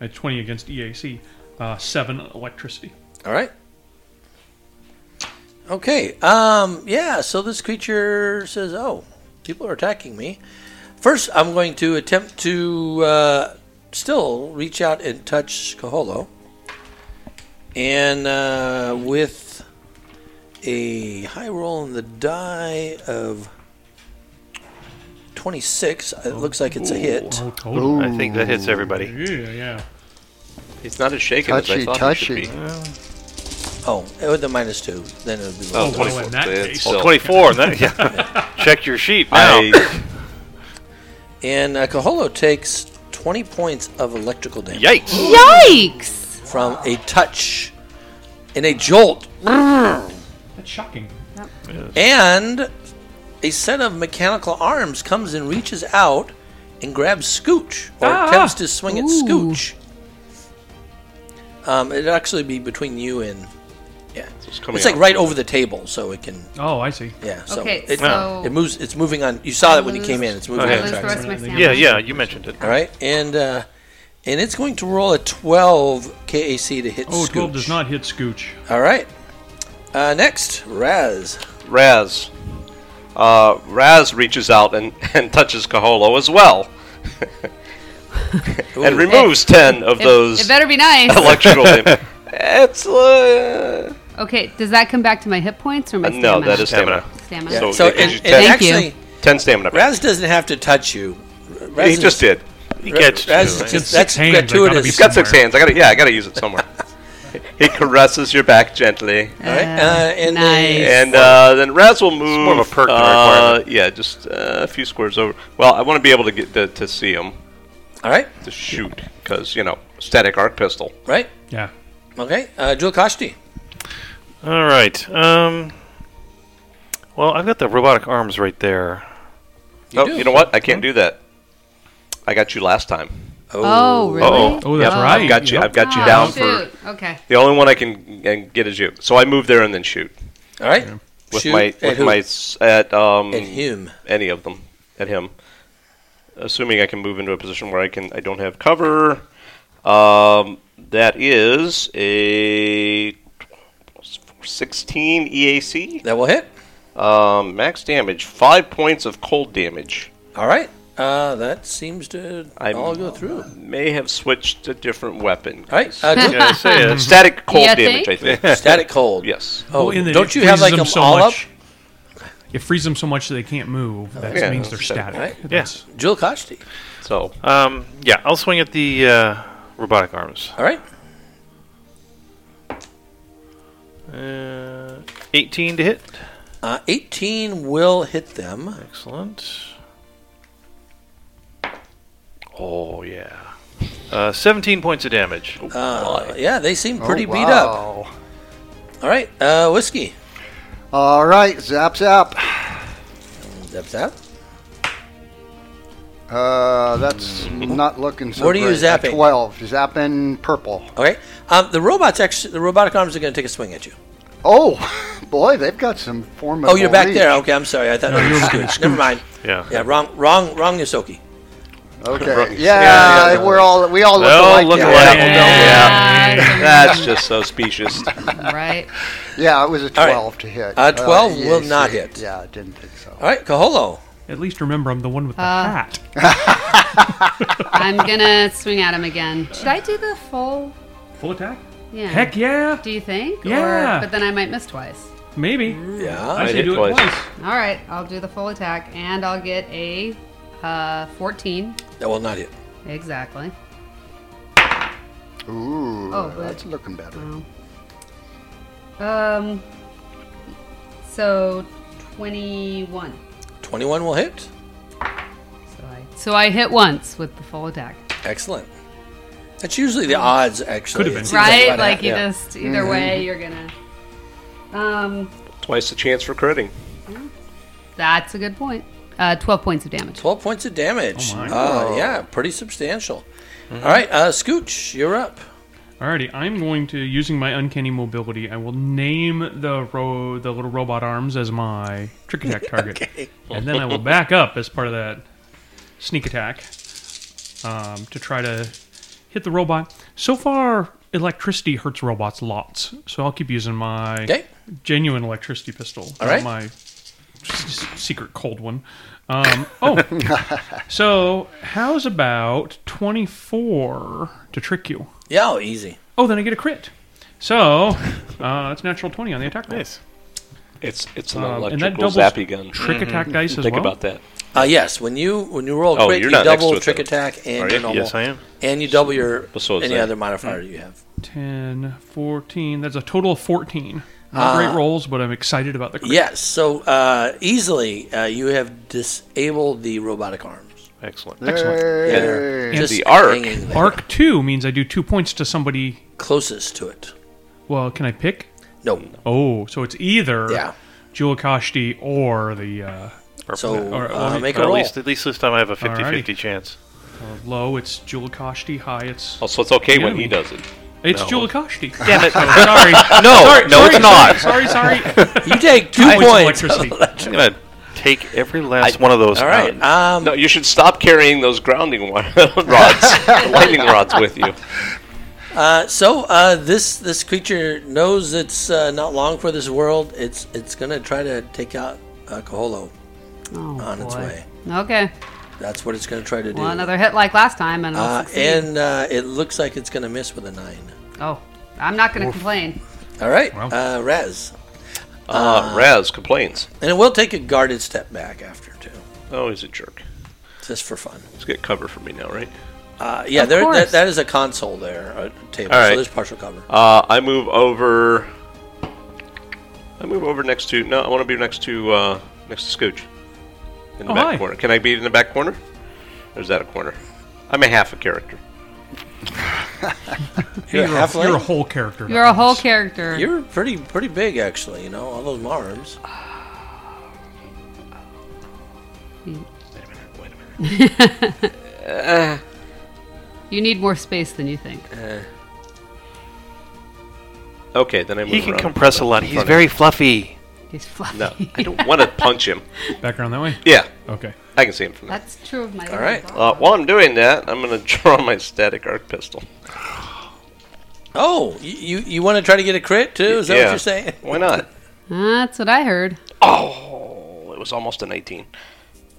[SPEAKER 8] at 20 against EAC, uh, 7 electricity.
[SPEAKER 1] All right. Okay. Um. Yeah. So this creature says, "Oh, people are attacking me." First, I'm going to attempt to uh, still reach out and touch Kaholo, and uh, with a high roll on the die of twenty-six, it looks like it's a hit.
[SPEAKER 8] Oh, totally.
[SPEAKER 7] I think that hits everybody.
[SPEAKER 8] Yeah, yeah.
[SPEAKER 2] He's not as shaken as I
[SPEAKER 4] Touchy,
[SPEAKER 2] thought he
[SPEAKER 4] touchy.
[SPEAKER 2] should be.
[SPEAKER 1] Oh, with the minus two, then it would be.
[SPEAKER 2] Oh,
[SPEAKER 1] lower.
[SPEAKER 8] well,
[SPEAKER 2] 24.
[SPEAKER 8] in that
[SPEAKER 2] That's
[SPEAKER 8] case-
[SPEAKER 2] still-
[SPEAKER 7] Well, 24. That, yeah. Check your sheet now.
[SPEAKER 2] I,
[SPEAKER 1] And uh, Kaholo takes 20 points of electrical damage
[SPEAKER 7] Yikes.
[SPEAKER 5] Yikes!
[SPEAKER 1] from a touch and a jolt
[SPEAKER 8] That's shocking.
[SPEAKER 1] and a set of mechanical arms comes and reaches out and grabs Scooch or
[SPEAKER 8] Ah.
[SPEAKER 1] attempts to swing at
[SPEAKER 5] Ooh.
[SPEAKER 1] Scooch. Um, it'd actually be between you and yeah,
[SPEAKER 2] it's coming
[SPEAKER 1] it's like
[SPEAKER 2] out.
[SPEAKER 1] right over the table, so it can
[SPEAKER 8] Oh, I see.
[SPEAKER 1] yeah. So
[SPEAKER 5] Okay,
[SPEAKER 1] it,
[SPEAKER 5] so-
[SPEAKER 1] it moves. It's moving on. You saw that when you came in. It's
[SPEAKER 2] Oh,
[SPEAKER 1] moving
[SPEAKER 5] I
[SPEAKER 1] on.
[SPEAKER 5] lose the
[SPEAKER 1] track.
[SPEAKER 5] rest of my stamina.
[SPEAKER 7] Yeah, yeah, you mentioned it.
[SPEAKER 1] All right, and uh, and it's going to roll a twelve KAC to hit.
[SPEAKER 8] Oh, 12
[SPEAKER 1] Scooch.
[SPEAKER 8] does not hit Scooch.
[SPEAKER 1] All right. Uh, next, Raz.
[SPEAKER 2] Raz. Uh, Raz reaches out and, and touches Kaholo as well. and removes 10 of
[SPEAKER 5] It,
[SPEAKER 2] those
[SPEAKER 5] it better be nice.
[SPEAKER 2] electrical dam- It's. Uh,
[SPEAKER 5] okay, does that come back to my hit points or my
[SPEAKER 2] no,
[SPEAKER 5] stamina?
[SPEAKER 2] that is stamina.
[SPEAKER 5] stamina.
[SPEAKER 2] So-
[SPEAKER 1] So
[SPEAKER 2] it
[SPEAKER 1] and, and
[SPEAKER 2] gives you ten.
[SPEAKER 5] Thank you.
[SPEAKER 1] actually,
[SPEAKER 2] Ten stamina.
[SPEAKER 1] Raz doesn't have to touch you. Raz
[SPEAKER 2] he
[SPEAKER 1] is-
[SPEAKER 2] just did.
[SPEAKER 7] He
[SPEAKER 1] Ra-
[SPEAKER 7] gets two.
[SPEAKER 1] Raz is
[SPEAKER 7] right?
[SPEAKER 1] just-
[SPEAKER 8] It's
[SPEAKER 1] that's
[SPEAKER 8] six hands, I gotta
[SPEAKER 1] gratuitous.
[SPEAKER 8] be
[SPEAKER 2] He's got six
[SPEAKER 8] Somewhere.
[SPEAKER 2] hands. I gotta. Yeah, I gotta use it somewhere. he caresses your back gently,
[SPEAKER 1] All right, uh, and
[SPEAKER 5] Uh,
[SPEAKER 1] a-
[SPEAKER 5] nice.
[SPEAKER 2] and uh, then Raz will move.
[SPEAKER 7] more of a perk than a
[SPEAKER 2] uh,
[SPEAKER 7] requirement.
[SPEAKER 2] Yeah, just uh, a few squares over. Well, I want to be able to get to, to see him
[SPEAKER 1] all right,
[SPEAKER 2] to shoot because you know static arc pistol.
[SPEAKER 1] right,
[SPEAKER 8] Yeah.
[SPEAKER 1] okay. Uh, Jewel Kashti.
[SPEAKER 7] All right. Um. Well, I've got the robotic arms right there.
[SPEAKER 2] No,
[SPEAKER 1] do.
[SPEAKER 2] Oh, you know what? I can't do that. I got you last time.
[SPEAKER 5] Oh, really?
[SPEAKER 2] Uh-oh.
[SPEAKER 8] Oh, that's
[SPEAKER 5] Yep.
[SPEAKER 8] right.
[SPEAKER 2] I've got you.
[SPEAKER 8] Yep.
[SPEAKER 2] I've got you
[SPEAKER 5] Oh,
[SPEAKER 2] down for
[SPEAKER 5] shoot. Okay.
[SPEAKER 2] the only one I can and get is you. So I move there and then shoot
[SPEAKER 1] All right,
[SPEAKER 2] with
[SPEAKER 1] Shoot
[SPEAKER 2] my
[SPEAKER 1] at
[SPEAKER 2] with
[SPEAKER 1] who?
[SPEAKER 2] my s- at um
[SPEAKER 1] at Hume.
[SPEAKER 2] any of them. at him, assuming I can move into a position where I can I don't have cover. Um, that is a 16 EAC.
[SPEAKER 1] That will hit.
[SPEAKER 2] Um, max damage, five points of cold damage.
[SPEAKER 1] All right. Uh, that seems to
[SPEAKER 2] I'm-
[SPEAKER 1] all go through.
[SPEAKER 2] May have switched a different weapon.
[SPEAKER 1] All right. Uh, just
[SPEAKER 7] Yeah, I say it. E
[SPEAKER 2] Static cold
[SPEAKER 5] You
[SPEAKER 2] damage, I think.
[SPEAKER 1] static cold.
[SPEAKER 2] Yes.
[SPEAKER 1] Oh,
[SPEAKER 8] Well, in that
[SPEAKER 1] don't
[SPEAKER 8] it
[SPEAKER 1] you have
[SPEAKER 8] freezes
[SPEAKER 1] like
[SPEAKER 8] them
[SPEAKER 1] them
[SPEAKER 8] so
[SPEAKER 1] all
[SPEAKER 8] much,
[SPEAKER 1] up?
[SPEAKER 8] It frees them so much that they can't move. That
[SPEAKER 2] Yeah,
[SPEAKER 8] means they're
[SPEAKER 2] that's
[SPEAKER 8] static.
[SPEAKER 2] static,
[SPEAKER 1] right?
[SPEAKER 8] That's-
[SPEAKER 1] Jill Kosti.
[SPEAKER 2] So
[SPEAKER 7] Um, yeah, I'll swing at the uh, robotic arms.
[SPEAKER 1] All right.
[SPEAKER 7] Uh, 18 to hit.
[SPEAKER 1] Uh, 18 will hit them.
[SPEAKER 7] Excellent. Oh, yeah. Uh, 17 points of damage.
[SPEAKER 1] Uh, yeah, they seem
[SPEAKER 4] Oh,
[SPEAKER 1] pretty beat up.
[SPEAKER 4] wow.
[SPEAKER 1] All right. Uh, whiskey.
[SPEAKER 4] All right, zap zap.
[SPEAKER 1] Zap zap.
[SPEAKER 4] Uh, that's not looking so
[SPEAKER 1] What are you
[SPEAKER 4] great. A
[SPEAKER 1] zapping?
[SPEAKER 4] Twelve. Zapping purple.
[SPEAKER 1] Okay. Um, the robots actually, the robotic arms are going to take a swing at you.
[SPEAKER 4] Oh, boy, they've got some formidable.
[SPEAKER 1] Oh, you're back
[SPEAKER 4] reach.
[SPEAKER 1] there. Okay, I'm sorry. I thought that was Scooch. Never mind.
[SPEAKER 7] Yeah.
[SPEAKER 1] Yeah, wrong, wrong, wrong, Yosoki.
[SPEAKER 4] Okay. Yeah,
[SPEAKER 2] Yeah, yeah.
[SPEAKER 4] we're all we all look
[SPEAKER 7] They all
[SPEAKER 4] alike.
[SPEAKER 7] look
[SPEAKER 4] now.
[SPEAKER 7] alike.
[SPEAKER 5] Yeah.
[SPEAKER 2] that's just so specious.
[SPEAKER 5] right.
[SPEAKER 4] Yeah, it was a
[SPEAKER 1] All right.
[SPEAKER 4] twelve to hit.
[SPEAKER 1] Uh, 12
[SPEAKER 4] yeah,
[SPEAKER 1] will not
[SPEAKER 4] see,
[SPEAKER 1] hit.
[SPEAKER 4] Yeah, I didn't think so.
[SPEAKER 1] All right, Kaholo.
[SPEAKER 8] At least remember, I'm the one with the
[SPEAKER 5] Uh,
[SPEAKER 8] hat.
[SPEAKER 5] I'm gonna swing at him again. Should I do the full?
[SPEAKER 8] Full attack?
[SPEAKER 5] Yeah.
[SPEAKER 8] Heck yeah!
[SPEAKER 5] Do you think?
[SPEAKER 8] Yeah.
[SPEAKER 5] Or, but then I might miss twice.
[SPEAKER 8] Maybe.
[SPEAKER 1] Yeah.
[SPEAKER 8] I
[SPEAKER 2] Might
[SPEAKER 8] should
[SPEAKER 2] hit
[SPEAKER 8] do it
[SPEAKER 2] twice.
[SPEAKER 8] twice.
[SPEAKER 5] All right, I'll do the full attack, and I'll get a uh, 14
[SPEAKER 1] That will not hit.
[SPEAKER 5] exactly.
[SPEAKER 4] Ooh,
[SPEAKER 5] Oh, but-
[SPEAKER 4] that's looking better.
[SPEAKER 5] Wow. Um. So 21.
[SPEAKER 1] 21 will hit.
[SPEAKER 5] So I so I hit once with the full attack.
[SPEAKER 1] Excellent. That's usually the odds, actually.
[SPEAKER 8] Could have been.
[SPEAKER 1] It seems
[SPEAKER 5] Right?
[SPEAKER 1] about
[SPEAKER 5] Like
[SPEAKER 1] half,
[SPEAKER 5] you
[SPEAKER 1] yeah.
[SPEAKER 5] just either way you're gonna. Um.
[SPEAKER 2] Twice the chance for critting.
[SPEAKER 5] That's a good point. Uh, 12 points of damage.
[SPEAKER 1] 12 points of damage. uh, yeah, pretty substantial.
[SPEAKER 4] Mm-hmm.
[SPEAKER 1] All right, uh, Scooch, you're up.
[SPEAKER 8] Alrighty, I'm going to using my uncanny mobility. I will name the ro- the little robot arms as my trick attack target, and then I will back up as part of that sneak attack um, to try to hit the robot. So far, electricity hurts robots lots, so I'll keep using my
[SPEAKER 1] Okay.
[SPEAKER 8] genuine electricity pistol, not
[SPEAKER 1] right.
[SPEAKER 8] my s- s- secret cold one. Um, oh, so how's about twenty four to trick you?
[SPEAKER 1] Yeah, oh, easy.
[SPEAKER 8] Oh, then I get a crit. So uh, that's natural twenty on the attack roll.
[SPEAKER 2] It's it's an
[SPEAKER 8] Um, and that
[SPEAKER 2] electrical
[SPEAKER 8] doubles
[SPEAKER 2] zappy gun.
[SPEAKER 8] Trick
[SPEAKER 5] Mm-hmm.
[SPEAKER 8] attack dice as
[SPEAKER 2] Think
[SPEAKER 8] well.
[SPEAKER 2] about that.
[SPEAKER 1] Uh, yes, when you when you roll
[SPEAKER 2] Oh,
[SPEAKER 1] crit,
[SPEAKER 2] you're
[SPEAKER 1] you
[SPEAKER 2] not next
[SPEAKER 1] double
[SPEAKER 2] to it,
[SPEAKER 1] trick
[SPEAKER 2] though.
[SPEAKER 1] attack and
[SPEAKER 2] Are
[SPEAKER 1] your
[SPEAKER 2] you?
[SPEAKER 1] normal,
[SPEAKER 7] Yes, I am.
[SPEAKER 1] and you double your
[SPEAKER 2] So is Mm.
[SPEAKER 1] any
[SPEAKER 2] that.
[SPEAKER 1] other modifier you have.
[SPEAKER 8] 10, 14. That's a total of fourteen. Not great rolls, but I'm excited about the crit.
[SPEAKER 1] Yes, so uh, easily uh, you have disabled the robotic arms.
[SPEAKER 7] Excellent.
[SPEAKER 8] Excellent.
[SPEAKER 4] Yay.
[SPEAKER 8] And
[SPEAKER 1] Just
[SPEAKER 2] the arc.
[SPEAKER 1] hanging there,
[SPEAKER 8] Arc two means I do two points to somebody.
[SPEAKER 1] closest to it.
[SPEAKER 8] Well, can I pick?
[SPEAKER 1] No,
[SPEAKER 8] Oh, so it's either
[SPEAKER 2] Mm.
[SPEAKER 1] Yeah.
[SPEAKER 8] Jewel Kashti or the uh,
[SPEAKER 1] so
[SPEAKER 8] Alright, well,
[SPEAKER 1] uh,
[SPEAKER 8] let me-
[SPEAKER 1] make a
[SPEAKER 7] Well, at
[SPEAKER 1] roll.
[SPEAKER 7] least, at least this time I have a 50
[SPEAKER 8] Alrighty.
[SPEAKER 7] 50 chance.
[SPEAKER 8] uh, low. It's Jewel Kashti. High. It's
[SPEAKER 2] Oh, so it's okay when
[SPEAKER 8] Enemy.
[SPEAKER 2] he does it.
[SPEAKER 8] it's
[SPEAKER 7] no.
[SPEAKER 8] Jewel Kashti.
[SPEAKER 7] Damn it. I'm
[SPEAKER 8] sorry.
[SPEAKER 2] No, no, it's not.
[SPEAKER 8] Sorry, sorry. sorry.
[SPEAKER 1] You take two
[SPEAKER 8] Two points of
[SPEAKER 1] points.
[SPEAKER 8] electricity.
[SPEAKER 7] going to take every last one of those.
[SPEAKER 1] All right.
[SPEAKER 7] out.
[SPEAKER 1] Um,
[SPEAKER 2] No, you should stop carrying those grounding wi- rods, lightning rods with you.
[SPEAKER 1] Uh, so uh, this this creature knows it's uh, not long for this world. It's it's gonna try to take out uh, Koholo
[SPEAKER 5] Oh,
[SPEAKER 1] on its
[SPEAKER 5] boy.
[SPEAKER 1] way.
[SPEAKER 5] Okay.
[SPEAKER 1] That's what it's gonna try to do.
[SPEAKER 5] Well, another hit like last time, and I'll
[SPEAKER 1] uh,
[SPEAKER 5] succeed.
[SPEAKER 1] and uh, it looks like it's gonna miss with a nine.
[SPEAKER 5] oh, I'm not going to complain.
[SPEAKER 1] All right,
[SPEAKER 8] Wow.
[SPEAKER 1] uh, Raz,
[SPEAKER 2] Uh, Raz complains.
[SPEAKER 1] and it will take a guarded step back after too,
[SPEAKER 2] Oh, he's a jerk.
[SPEAKER 1] just for fun.
[SPEAKER 2] Let's get cover for me now, right?
[SPEAKER 1] Uh, yeah,
[SPEAKER 5] Of
[SPEAKER 1] there that,
[SPEAKER 5] course.
[SPEAKER 1] that is a console there, a table.
[SPEAKER 2] All
[SPEAKER 1] So
[SPEAKER 2] right.
[SPEAKER 1] there's partial cover.
[SPEAKER 2] Uh, I move over. I move over next to. No, I want to be next to uh, next to Scooch. In the
[SPEAKER 8] Oh,
[SPEAKER 2] back
[SPEAKER 8] hi.
[SPEAKER 2] corner. Can I be in the back corner? Or is that a corner? I'm a half a character.
[SPEAKER 1] You're,
[SPEAKER 8] You're,
[SPEAKER 1] a
[SPEAKER 8] a,
[SPEAKER 1] halfling?
[SPEAKER 8] you're a whole character.
[SPEAKER 5] You're a whole
[SPEAKER 8] Nicholas.
[SPEAKER 5] character.
[SPEAKER 1] You're pretty pretty big actually. You know all those arms.
[SPEAKER 2] Wait a minute. Wait a minute.
[SPEAKER 5] You need more space than you think.
[SPEAKER 1] Uh,
[SPEAKER 2] Okay, then I move.
[SPEAKER 7] He can
[SPEAKER 2] around.
[SPEAKER 7] compress a lot. He's very fluffy.
[SPEAKER 5] He's fluffy.
[SPEAKER 2] No, I don't want to punch him.
[SPEAKER 8] Back around that way.
[SPEAKER 2] Yeah,
[SPEAKER 8] Okay.
[SPEAKER 2] I can see him from there.
[SPEAKER 5] That's true of my.
[SPEAKER 1] All right.
[SPEAKER 2] Uh, while I'm doing that, I'm going to draw my static arc pistol.
[SPEAKER 1] Oh, y- you you want to try to get a crit too? Is that
[SPEAKER 2] Yeah.
[SPEAKER 1] what you're saying?
[SPEAKER 2] Why not?
[SPEAKER 5] That's what I heard.
[SPEAKER 2] Oh, it was almost a 19.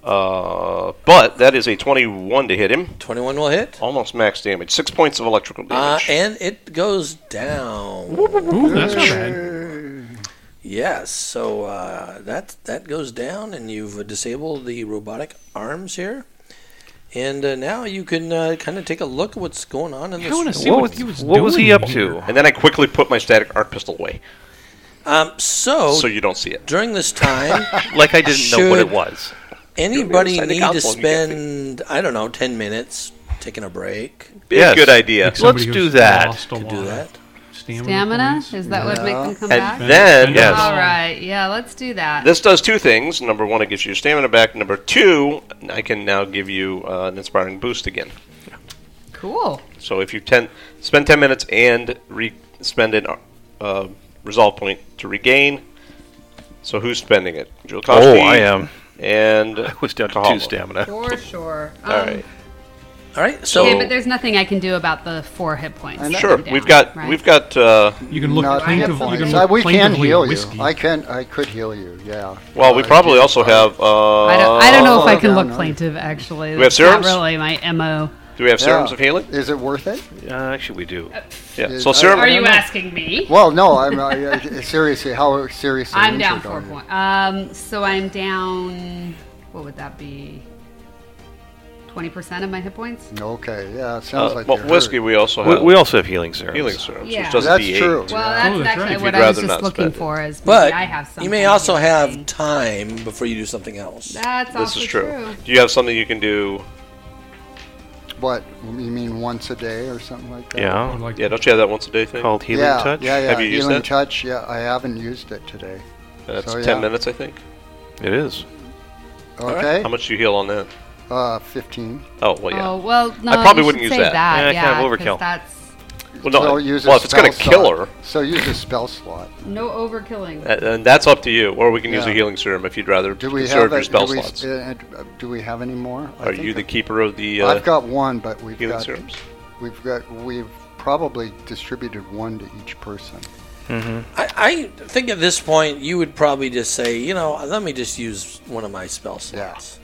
[SPEAKER 2] Uh, but that is a 21 to hit him.
[SPEAKER 1] Twenty-one will hit,
[SPEAKER 2] Almost max damage. Six points of electrical
[SPEAKER 1] uh,
[SPEAKER 2] damage.
[SPEAKER 1] and it goes down.
[SPEAKER 8] Ooh, that's not bad.
[SPEAKER 1] Yes, so uh, that that goes down, and you've disabled the robotic arms here, and uh, now you can uh, kind of take a look at what's going on in
[SPEAKER 8] I
[SPEAKER 1] this.
[SPEAKER 8] want to see
[SPEAKER 7] what
[SPEAKER 8] what,
[SPEAKER 7] was-
[SPEAKER 8] he was
[SPEAKER 7] what was he
[SPEAKER 8] doing
[SPEAKER 7] up
[SPEAKER 8] here.
[SPEAKER 7] to?
[SPEAKER 2] and then I quickly put my static arc pistol away
[SPEAKER 1] Um, so,
[SPEAKER 2] so you don't see it.
[SPEAKER 1] during this time,
[SPEAKER 7] Like I didn't know what
[SPEAKER 1] Should-
[SPEAKER 7] it was.
[SPEAKER 1] anybody
[SPEAKER 2] Sign the
[SPEAKER 1] need to
[SPEAKER 2] council, you get me.
[SPEAKER 1] spend I don't know ten minutes taking a break
[SPEAKER 2] Big
[SPEAKER 7] Yes.
[SPEAKER 2] good idea.
[SPEAKER 8] Somebody
[SPEAKER 7] Let's
[SPEAKER 8] who's
[SPEAKER 7] do that.
[SPEAKER 8] lost a
[SPEAKER 1] to do
[SPEAKER 8] lot of
[SPEAKER 1] that.
[SPEAKER 8] Stamina?
[SPEAKER 5] Stamina?
[SPEAKER 8] points.
[SPEAKER 5] Is that what makes them come back?
[SPEAKER 2] And then,
[SPEAKER 8] Yes.
[SPEAKER 5] All right. Yeah, let's do that.
[SPEAKER 2] this does two things. Number one, it gives you your stamina back. Number two, I can now give you uh, an inspiring boost again.
[SPEAKER 5] cool.
[SPEAKER 2] So if you ten, spend 10 minutes and re- spend an uh, resolve point to regain. So who's spending it? Jewel
[SPEAKER 7] Oh, I am.
[SPEAKER 2] And
[SPEAKER 7] I was down to two
[SPEAKER 2] Kahalo.
[SPEAKER 7] stamina.
[SPEAKER 5] For sure. Um,
[SPEAKER 2] All right.
[SPEAKER 1] All right, so
[SPEAKER 5] Okay, but there's nothing I can do about the four hit points. that
[SPEAKER 2] Sure.
[SPEAKER 5] I'm down,
[SPEAKER 2] we've got
[SPEAKER 5] right?
[SPEAKER 2] we've got uh,
[SPEAKER 8] You can look
[SPEAKER 4] Not
[SPEAKER 5] hit
[SPEAKER 8] plaintive- you
[SPEAKER 5] points.
[SPEAKER 8] can
[SPEAKER 4] So
[SPEAKER 8] look
[SPEAKER 4] we can
[SPEAKER 8] plaintively
[SPEAKER 4] heal
[SPEAKER 8] whiskey.
[SPEAKER 4] you. I can. I could heal you. Yeah.
[SPEAKER 2] well, we
[SPEAKER 4] Uh,
[SPEAKER 2] probably
[SPEAKER 4] Jesus
[SPEAKER 2] also
[SPEAKER 4] Christ.
[SPEAKER 2] have uh
[SPEAKER 5] I don't, I don't know if I
[SPEAKER 4] Oh,
[SPEAKER 5] can
[SPEAKER 4] down,
[SPEAKER 5] look
[SPEAKER 4] right.
[SPEAKER 5] plaintive, actually.
[SPEAKER 2] we have
[SPEAKER 5] That's not
[SPEAKER 2] serums?
[SPEAKER 5] really my MO.
[SPEAKER 2] do we have serums
[SPEAKER 4] Yeah.
[SPEAKER 2] of healing?
[SPEAKER 4] Is it worth it?
[SPEAKER 7] Uh, actually, we do.
[SPEAKER 2] Yeah.
[SPEAKER 4] Is-
[SPEAKER 2] So
[SPEAKER 4] I-
[SPEAKER 2] serum
[SPEAKER 5] Are
[SPEAKER 4] don't
[SPEAKER 5] you
[SPEAKER 4] know.
[SPEAKER 5] asking me?
[SPEAKER 4] Well, no. I'm I, I, seriously. How seriously?
[SPEAKER 5] I'm down
[SPEAKER 4] injured
[SPEAKER 5] four
[SPEAKER 4] are you?
[SPEAKER 5] points. Um, so I'm down, what would that be? 20% of my hit points?
[SPEAKER 4] Okay. Yeah. It sounds
[SPEAKER 2] uh,
[SPEAKER 4] like
[SPEAKER 2] well,
[SPEAKER 4] you're
[SPEAKER 2] whiskey
[SPEAKER 4] hurt.
[SPEAKER 2] we also
[SPEAKER 7] We,
[SPEAKER 2] have
[SPEAKER 7] we also have healing serums.
[SPEAKER 2] healing serums,
[SPEAKER 5] Yeah.
[SPEAKER 2] which does
[SPEAKER 4] That's
[SPEAKER 2] D8.
[SPEAKER 4] true.
[SPEAKER 8] Oh,
[SPEAKER 5] Well, that's,
[SPEAKER 8] that's
[SPEAKER 5] actually
[SPEAKER 8] right.
[SPEAKER 5] what
[SPEAKER 2] You'd
[SPEAKER 5] I was
[SPEAKER 2] rather
[SPEAKER 5] just
[SPEAKER 2] not
[SPEAKER 5] looking
[SPEAKER 2] spend it.
[SPEAKER 5] for. Is maybe
[SPEAKER 1] but
[SPEAKER 5] I have some.
[SPEAKER 1] you may
[SPEAKER 5] kind of
[SPEAKER 1] also have
[SPEAKER 5] healing.
[SPEAKER 1] time before you do something else.
[SPEAKER 5] That's
[SPEAKER 2] This
[SPEAKER 5] also
[SPEAKER 2] is true. Do you have something you can do?
[SPEAKER 4] What you mean once a day or something like that?
[SPEAKER 8] I would
[SPEAKER 7] Oh, Yeah.
[SPEAKER 8] like
[SPEAKER 2] Yeah,
[SPEAKER 8] that.
[SPEAKER 2] don't you have that once a day thing?
[SPEAKER 7] Called healing
[SPEAKER 4] yeah,
[SPEAKER 7] touch.
[SPEAKER 4] Yeah, yeah.
[SPEAKER 2] Have you used
[SPEAKER 4] healing
[SPEAKER 2] that?
[SPEAKER 4] touch. Yeah, I haven't used it today.
[SPEAKER 2] That's
[SPEAKER 4] So, yeah.
[SPEAKER 2] ten minutes, I think.
[SPEAKER 7] It is.
[SPEAKER 4] Okay.
[SPEAKER 2] How much do you heal on that?
[SPEAKER 4] Uh, fifteen.
[SPEAKER 2] Oh well, yeah.
[SPEAKER 5] Oh well, no.
[SPEAKER 2] probably
[SPEAKER 5] you
[SPEAKER 2] wouldn't
[SPEAKER 5] should
[SPEAKER 2] use
[SPEAKER 5] save
[SPEAKER 2] that.
[SPEAKER 7] Yeah, I
[SPEAKER 5] yeah,
[SPEAKER 7] kind
[SPEAKER 5] 'cause
[SPEAKER 7] of overkill.
[SPEAKER 5] That's
[SPEAKER 2] well, no,
[SPEAKER 4] so use a
[SPEAKER 2] well, if it's
[SPEAKER 4] spell
[SPEAKER 2] gonna kill her,
[SPEAKER 4] slot. So use a spell slot.
[SPEAKER 5] no overkilling.
[SPEAKER 2] uh, then that's up to you. Or we can use a
[SPEAKER 4] Yeah.
[SPEAKER 2] healing serum if you'd rather
[SPEAKER 4] Do we
[SPEAKER 2] conserve
[SPEAKER 4] have?
[SPEAKER 2] your
[SPEAKER 4] a-
[SPEAKER 2] spell
[SPEAKER 4] do, we,
[SPEAKER 2] slots.
[SPEAKER 4] uh, uh, do we have any more? I
[SPEAKER 2] Are
[SPEAKER 4] think
[SPEAKER 2] you the
[SPEAKER 4] I've-
[SPEAKER 2] keeper of the uh,
[SPEAKER 4] I've got one, but we've
[SPEAKER 2] healing
[SPEAKER 4] got
[SPEAKER 2] serums?
[SPEAKER 4] we've got we've probably distributed one to each person.
[SPEAKER 1] I, I think at this point you would probably just say, you know, let me just use one of my spell
[SPEAKER 4] Yeah.
[SPEAKER 1] slots.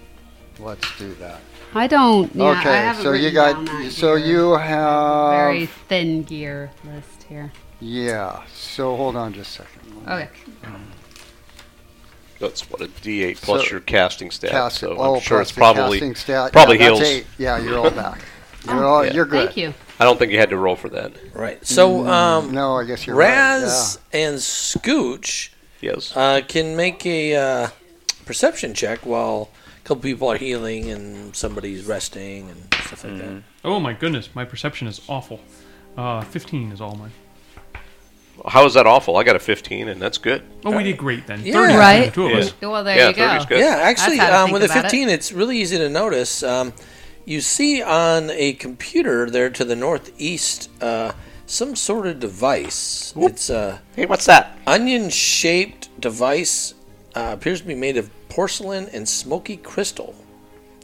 [SPEAKER 4] Let's do that.
[SPEAKER 5] I don't. Yeah, I
[SPEAKER 4] okay.
[SPEAKER 5] haven't
[SPEAKER 4] So you
[SPEAKER 5] written down
[SPEAKER 4] got.
[SPEAKER 5] that
[SPEAKER 4] So
[SPEAKER 5] gear.
[SPEAKER 4] you have.
[SPEAKER 5] very thin gear list here.
[SPEAKER 4] Yeah. So hold on just a second. Let me
[SPEAKER 5] Okay.
[SPEAKER 2] That's what a D8 plus
[SPEAKER 4] So-
[SPEAKER 2] your casting stat.
[SPEAKER 4] Cast
[SPEAKER 2] so
[SPEAKER 4] oh,
[SPEAKER 2] I'm sure
[SPEAKER 4] plus
[SPEAKER 2] it's
[SPEAKER 4] the
[SPEAKER 2] probably.
[SPEAKER 4] casting stat.
[SPEAKER 2] probably
[SPEAKER 4] yeah, that's
[SPEAKER 2] heals.
[SPEAKER 4] eight. Yeah, you're all back. You're all.
[SPEAKER 2] Yeah.
[SPEAKER 4] You're good.
[SPEAKER 5] Oh, Thank you.
[SPEAKER 2] I don't think you had to roll for that.
[SPEAKER 1] Right. So um,
[SPEAKER 4] Mm, No, I guess you're
[SPEAKER 1] Raz and Scooch
[SPEAKER 2] Yes.
[SPEAKER 1] uh, can make a uh, perception check while a couple people are healing and somebody's resting and stuff like that.
[SPEAKER 8] Oh my goodness, my perception is awful. Uh, 15 is all mine.
[SPEAKER 2] How is that awful? I got a 15, and that's good.
[SPEAKER 8] Oh, we did great then.
[SPEAKER 1] Yeah.
[SPEAKER 8] 30
[SPEAKER 5] Right.
[SPEAKER 8] The two of
[SPEAKER 2] Yeah.
[SPEAKER 8] us.
[SPEAKER 5] Well, there
[SPEAKER 2] yeah,
[SPEAKER 5] you
[SPEAKER 2] 30
[SPEAKER 5] go.
[SPEAKER 2] is good.
[SPEAKER 1] Yeah, actually,
[SPEAKER 5] how to
[SPEAKER 1] um,
[SPEAKER 5] think
[SPEAKER 1] with a
[SPEAKER 5] about it.
[SPEAKER 1] 15, it's really easy to notice. Um, you see on a computer there to the northeast uh, some sort of device. It's a
[SPEAKER 2] Hey, what's that?
[SPEAKER 1] onion-shaped device. Uh, appears to be made of porcelain and smoky crystal.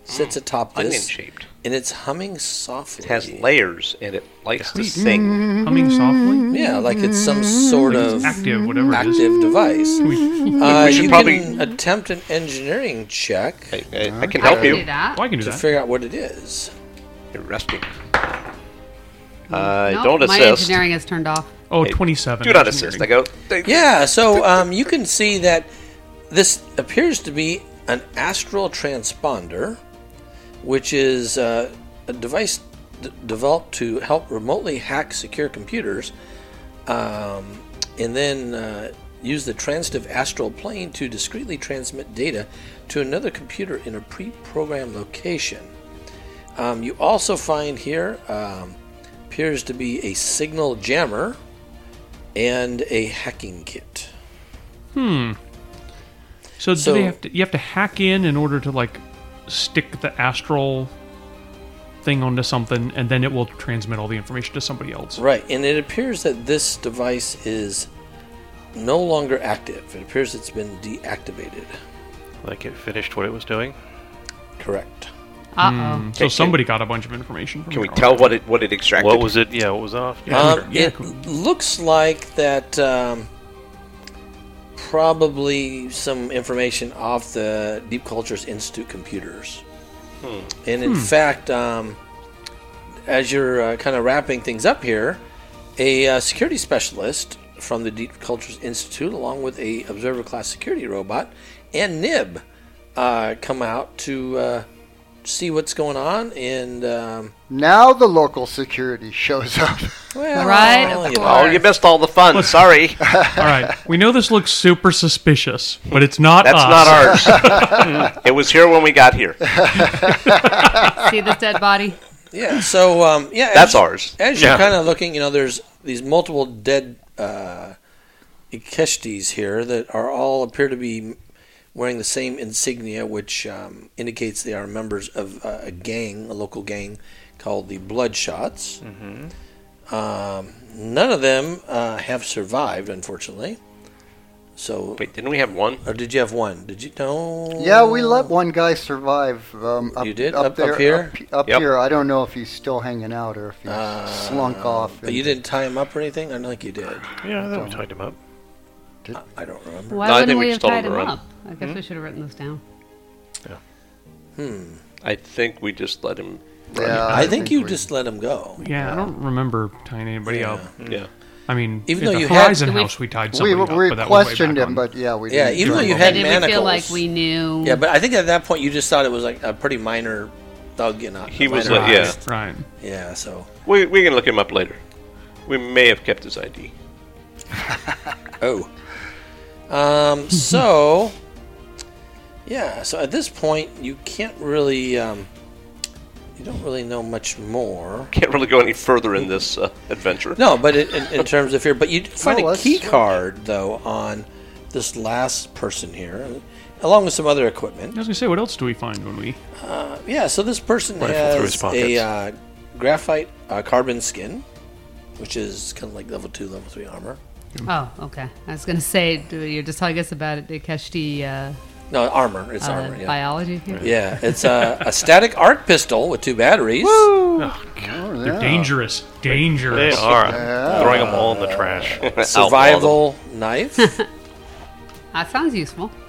[SPEAKER 1] Sits atop this,
[SPEAKER 2] Onion shaped.
[SPEAKER 1] and it's humming softly.
[SPEAKER 2] It has layers, and it likes to
[SPEAKER 4] Mm-hmm.
[SPEAKER 2] sing.
[SPEAKER 8] Humming softly.
[SPEAKER 1] Yeah, like it's some sort of
[SPEAKER 8] Active, whatever it is.
[SPEAKER 1] active device.
[SPEAKER 8] We-
[SPEAKER 1] Uh,
[SPEAKER 2] should
[SPEAKER 1] you
[SPEAKER 2] probably-
[SPEAKER 1] can attempt an engineering check
[SPEAKER 2] I, I, I can
[SPEAKER 5] I
[SPEAKER 2] help
[SPEAKER 5] can do
[SPEAKER 2] you.
[SPEAKER 5] that.
[SPEAKER 8] Oh, I can do
[SPEAKER 1] to
[SPEAKER 8] that.
[SPEAKER 1] figure out what it is.
[SPEAKER 2] You're resting. I
[SPEAKER 4] Mm-hmm.
[SPEAKER 5] Nope,
[SPEAKER 2] Uh, don't
[SPEAKER 5] My
[SPEAKER 2] assist.
[SPEAKER 5] engineering is turned off.
[SPEAKER 8] Oh, 27.
[SPEAKER 2] Do not assist. I go. "Thank you."
[SPEAKER 1] Yeah, so um, you can see that this appears to be an astral transponder, which is uh, a device d- developed to help remotely hack secure computers um, and then uh, use the transitive astral plane to discreetly transmit data to another computer in a pre programmed location. Um, you also find here um, appears to be a signal jammer and a hacking kit.
[SPEAKER 8] So,
[SPEAKER 1] So-
[SPEAKER 8] do they have to? You have to hack in in order to like stick the astral thing onto something, and then it will transmit all the information to somebody else.
[SPEAKER 1] Right, and it appears that this device is no longer active. It appears it's been deactivated.
[SPEAKER 7] Like it finished what it was doing.
[SPEAKER 1] Correct.
[SPEAKER 5] Uh oh.
[SPEAKER 4] Hmm.
[SPEAKER 8] So somebody got a bunch of information from
[SPEAKER 2] Can we
[SPEAKER 8] Garland.
[SPEAKER 2] tell what it what it extracted?
[SPEAKER 7] What was it? Yeah, what was off?
[SPEAKER 8] Yeah,
[SPEAKER 1] Um,
[SPEAKER 8] sure. Yeah,
[SPEAKER 1] it looks like that um, probably some information off the Deep Cultures Institute computers. And in fact, um, as you're uh, kind of wrapping things up here, a uh, security specialist from the Deep Cultures Institute, along with a observer class security robot and Nib, uh, come out to uh, see what's going on. And um,
[SPEAKER 4] Now the local security shows up.
[SPEAKER 1] well,
[SPEAKER 5] Right, of
[SPEAKER 1] you know,
[SPEAKER 2] Oh, you missed all the fun. Sorry, that's
[SPEAKER 8] All right. We know this looks super suspicious, but it's not us.
[SPEAKER 2] not ours. it was here when we got here.
[SPEAKER 5] See this dead body?
[SPEAKER 1] Yeah. So um, yeah, as
[SPEAKER 2] That's
[SPEAKER 1] you-
[SPEAKER 2] ours.
[SPEAKER 1] As you're
[SPEAKER 7] Yeah.
[SPEAKER 1] kind of looking, you know, there's these multiple dead uh, Ikeshtis here that are all appear to be wearing the same insignia, which um, indicates they are members of uh, a gang, a local gang called the Bloodshots.
[SPEAKER 2] Mm-hmm.
[SPEAKER 1] Um, none of them uh, have survived, unfortunately. So,
[SPEAKER 2] Wait, didn't we have one?
[SPEAKER 1] or did you have one? Did you know?
[SPEAKER 4] Yeah, we
[SPEAKER 1] Oh.
[SPEAKER 4] let one guy survive. Um, up,
[SPEAKER 1] You did? Up-
[SPEAKER 4] up,
[SPEAKER 1] up
[SPEAKER 4] there,
[SPEAKER 1] here?
[SPEAKER 4] Up, up
[SPEAKER 2] Yep. Uh,
[SPEAKER 4] here. I don't know if he's still hanging out or if he slunk off.
[SPEAKER 1] But you didn't tie him up or anything. I don't think you did.
[SPEAKER 7] Yeah, I thought we tied him up.
[SPEAKER 1] I don't remember.
[SPEAKER 5] Why
[SPEAKER 2] No, I think
[SPEAKER 5] wouldn't
[SPEAKER 2] we
[SPEAKER 5] we have
[SPEAKER 2] just told
[SPEAKER 5] tied
[SPEAKER 2] him
[SPEAKER 5] him
[SPEAKER 2] to run. Hmm?
[SPEAKER 5] up? I guess we should have written this down.
[SPEAKER 2] I think we just let him.
[SPEAKER 4] Yeah,
[SPEAKER 1] I, think, you
[SPEAKER 4] we-
[SPEAKER 1] just let him go.
[SPEAKER 8] Yeah, I don't remember tying anybody up.
[SPEAKER 2] Yeah.
[SPEAKER 8] I mean,
[SPEAKER 1] Even
[SPEAKER 8] at
[SPEAKER 1] though
[SPEAKER 8] the
[SPEAKER 1] you had-
[SPEAKER 8] Horizon
[SPEAKER 5] Did we-
[SPEAKER 8] House, we tied
[SPEAKER 4] We,
[SPEAKER 8] somebody up.
[SPEAKER 4] we
[SPEAKER 8] but that was way
[SPEAKER 4] questioned
[SPEAKER 8] back
[SPEAKER 4] him,
[SPEAKER 8] on-
[SPEAKER 4] but yeah, we
[SPEAKER 1] Yeah,
[SPEAKER 4] didn't
[SPEAKER 1] even
[SPEAKER 4] do
[SPEAKER 1] though
[SPEAKER 4] it.
[SPEAKER 1] you
[SPEAKER 5] But
[SPEAKER 1] had
[SPEAKER 5] did
[SPEAKER 1] manacles.
[SPEAKER 5] we feel like we knew?
[SPEAKER 1] Yeah, but I think at that point you just thought it was like a pretty minor thug, you know.
[SPEAKER 2] He was
[SPEAKER 1] minor
[SPEAKER 2] like- yeah.
[SPEAKER 1] offense.
[SPEAKER 8] Right.
[SPEAKER 1] yeah. So,
[SPEAKER 2] We we can look him up later. We may have kept his ID.
[SPEAKER 1] oh, um, so yeah. So at this point, you can't really, um, you don't really know much more.
[SPEAKER 2] Can't really go any further in this uh, adventure.
[SPEAKER 1] No, but it, in, in terms of here, but you did find
[SPEAKER 4] No,
[SPEAKER 5] Oh,
[SPEAKER 1] a
[SPEAKER 4] that's-
[SPEAKER 1] key card though on this last person here, along with some other equipment.
[SPEAKER 8] I was gonna say, what else do we find when we?
[SPEAKER 1] Yeah, so this person
[SPEAKER 7] Rifle through his
[SPEAKER 1] has a
[SPEAKER 7] pockets.
[SPEAKER 1] uh, graphite uh, carbon skin, which is kind of like level two, level three armor.
[SPEAKER 5] Oh, okay. I was gonna say do- you're just telling us about it, the Keshti uh,
[SPEAKER 1] No, armor. It's
[SPEAKER 5] uh,
[SPEAKER 1] armor. Yeah,
[SPEAKER 5] biology here.
[SPEAKER 1] yeah. It's uh, a, a static arc pistol with two batteries.
[SPEAKER 4] Oh,
[SPEAKER 8] They're
[SPEAKER 4] yeah.
[SPEAKER 8] dangerous.
[SPEAKER 7] They
[SPEAKER 8] Dangerous.
[SPEAKER 7] are. I'm Throwing them all in the trash.
[SPEAKER 2] Outlaw
[SPEAKER 1] Survival knife,
[SPEAKER 5] That sounds useful.
[SPEAKER 2] them.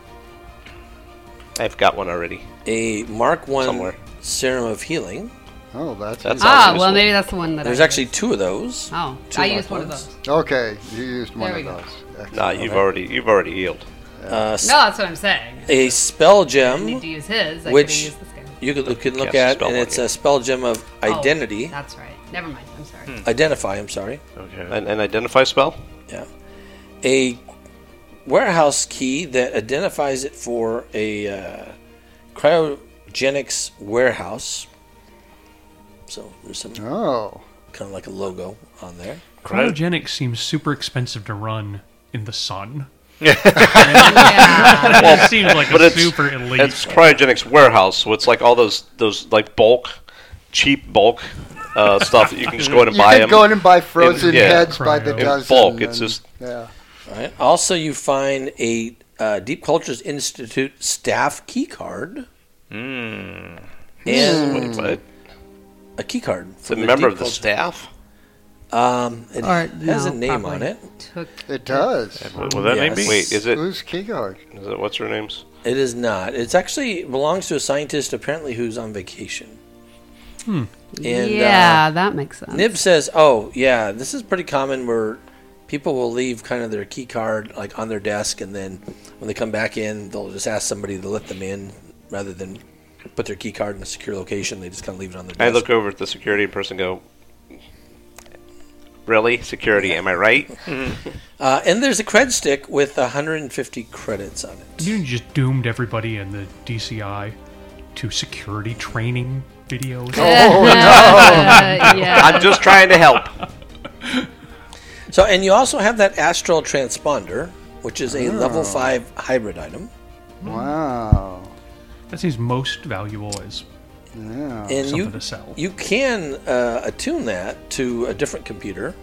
[SPEAKER 2] I've got one already.
[SPEAKER 1] a Mark One
[SPEAKER 2] Somewhere.
[SPEAKER 1] serum of healing.
[SPEAKER 4] Oh, that's,
[SPEAKER 2] That's
[SPEAKER 4] easy.
[SPEAKER 5] Ah,
[SPEAKER 2] useful.
[SPEAKER 5] well, maybe that's the one that
[SPEAKER 1] There's
[SPEAKER 5] I
[SPEAKER 1] actually two of those.
[SPEAKER 5] Oh,
[SPEAKER 1] Two
[SPEAKER 5] I
[SPEAKER 1] mark
[SPEAKER 5] used one of
[SPEAKER 1] ones.
[SPEAKER 5] those.
[SPEAKER 4] okay. You used one
[SPEAKER 5] There we
[SPEAKER 4] of
[SPEAKER 5] go.
[SPEAKER 4] those. Excellent.
[SPEAKER 2] Nah, you've already you've already healed.
[SPEAKER 1] Uh, s-
[SPEAKER 5] No, that's what I'm saying.
[SPEAKER 1] A spell
[SPEAKER 5] I need to
[SPEAKER 1] gem,
[SPEAKER 5] use his. I
[SPEAKER 1] which-
[SPEAKER 5] could use this guy.
[SPEAKER 1] you could, you can look
[SPEAKER 2] Cast a
[SPEAKER 1] at,
[SPEAKER 2] spell
[SPEAKER 1] and
[SPEAKER 2] on
[SPEAKER 1] it's
[SPEAKER 2] you.
[SPEAKER 1] a spell gem of
[SPEAKER 5] Oh,
[SPEAKER 1] identity. Hmm.
[SPEAKER 5] that's right. Never mind. I'm sorry.
[SPEAKER 1] Identify. I'm sorry.
[SPEAKER 7] Okay.
[SPEAKER 2] An, an identify spell.
[SPEAKER 1] Yeah. A warehouse key that identifies it for a uh, cryogenics warehouse. So there's some kind
[SPEAKER 4] Oh,
[SPEAKER 1] of like a logo on there.
[SPEAKER 8] Cryogenics seems super expensive to run in the sun.
[SPEAKER 5] yeah.
[SPEAKER 8] That seems like
[SPEAKER 2] but
[SPEAKER 8] a
[SPEAKER 2] it's-
[SPEAKER 8] super elite.
[SPEAKER 2] It's cryogenics warehouse, so it's like all those those like bulk, cheap bulk uh, stuff that you can just go in and
[SPEAKER 4] you
[SPEAKER 2] buy
[SPEAKER 4] could
[SPEAKER 2] them.
[SPEAKER 4] go in and buy frozen
[SPEAKER 2] yeah,
[SPEAKER 4] heads by the
[SPEAKER 8] cryo.
[SPEAKER 2] In
[SPEAKER 4] dozen.
[SPEAKER 2] bulk, it's
[SPEAKER 4] and-
[SPEAKER 2] just-
[SPEAKER 4] yeah.
[SPEAKER 1] All right. Also, you find a uh, Deep Cultures Institute staff key card.
[SPEAKER 7] Hmm.
[SPEAKER 5] Hmm.
[SPEAKER 1] And
[SPEAKER 2] Wait, what?
[SPEAKER 1] a key card.
[SPEAKER 2] It's a member of the staff.
[SPEAKER 1] Um, it
[SPEAKER 5] Or,
[SPEAKER 1] has
[SPEAKER 5] no,
[SPEAKER 1] a name on
[SPEAKER 5] probably
[SPEAKER 1] it.
[SPEAKER 5] Took
[SPEAKER 4] It does.
[SPEAKER 7] What will that name be?
[SPEAKER 1] Yes.
[SPEAKER 2] Wait, is it?
[SPEAKER 4] Who's Keygard?
[SPEAKER 2] Is it what's her name's?
[SPEAKER 1] It is not. It's actually it belongs to a scientist apparently who's on vacation. Hmm. And, uh,
[SPEAKER 5] yeah, that makes sense.
[SPEAKER 1] Nib says, "Oh yeah, this is pretty common where people will leave kind of their key card like on their desk, and then when they come back in, they'll just ask somebody to let them in rather than put their key card in a secure location. They just kind of leave it on their
[SPEAKER 2] I
[SPEAKER 1] desk."
[SPEAKER 2] look over at the security person. and Go. Really, security? Am I right?
[SPEAKER 1] uh, and there's a cred stick with 150 credits on it.
[SPEAKER 8] you just doomed everybody in the DCI to security training
[SPEAKER 1] Oh,
[SPEAKER 8] videos.
[SPEAKER 5] Uh, yeah.
[SPEAKER 2] I'm just trying to help.
[SPEAKER 1] So, and you also have that astral transponder, which is
[SPEAKER 8] Ah.
[SPEAKER 1] a level five hybrid item.
[SPEAKER 4] Wow.
[SPEAKER 8] That seems most valuable as
[SPEAKER 4] Yeah.
[SPEAKER 1] And
[SPEAKER 8] Oh, something
[SPEAKER 1] you
[SPEAKER 8] to sell.
[SPEAKER 1] you can uh, attune that to a different computer.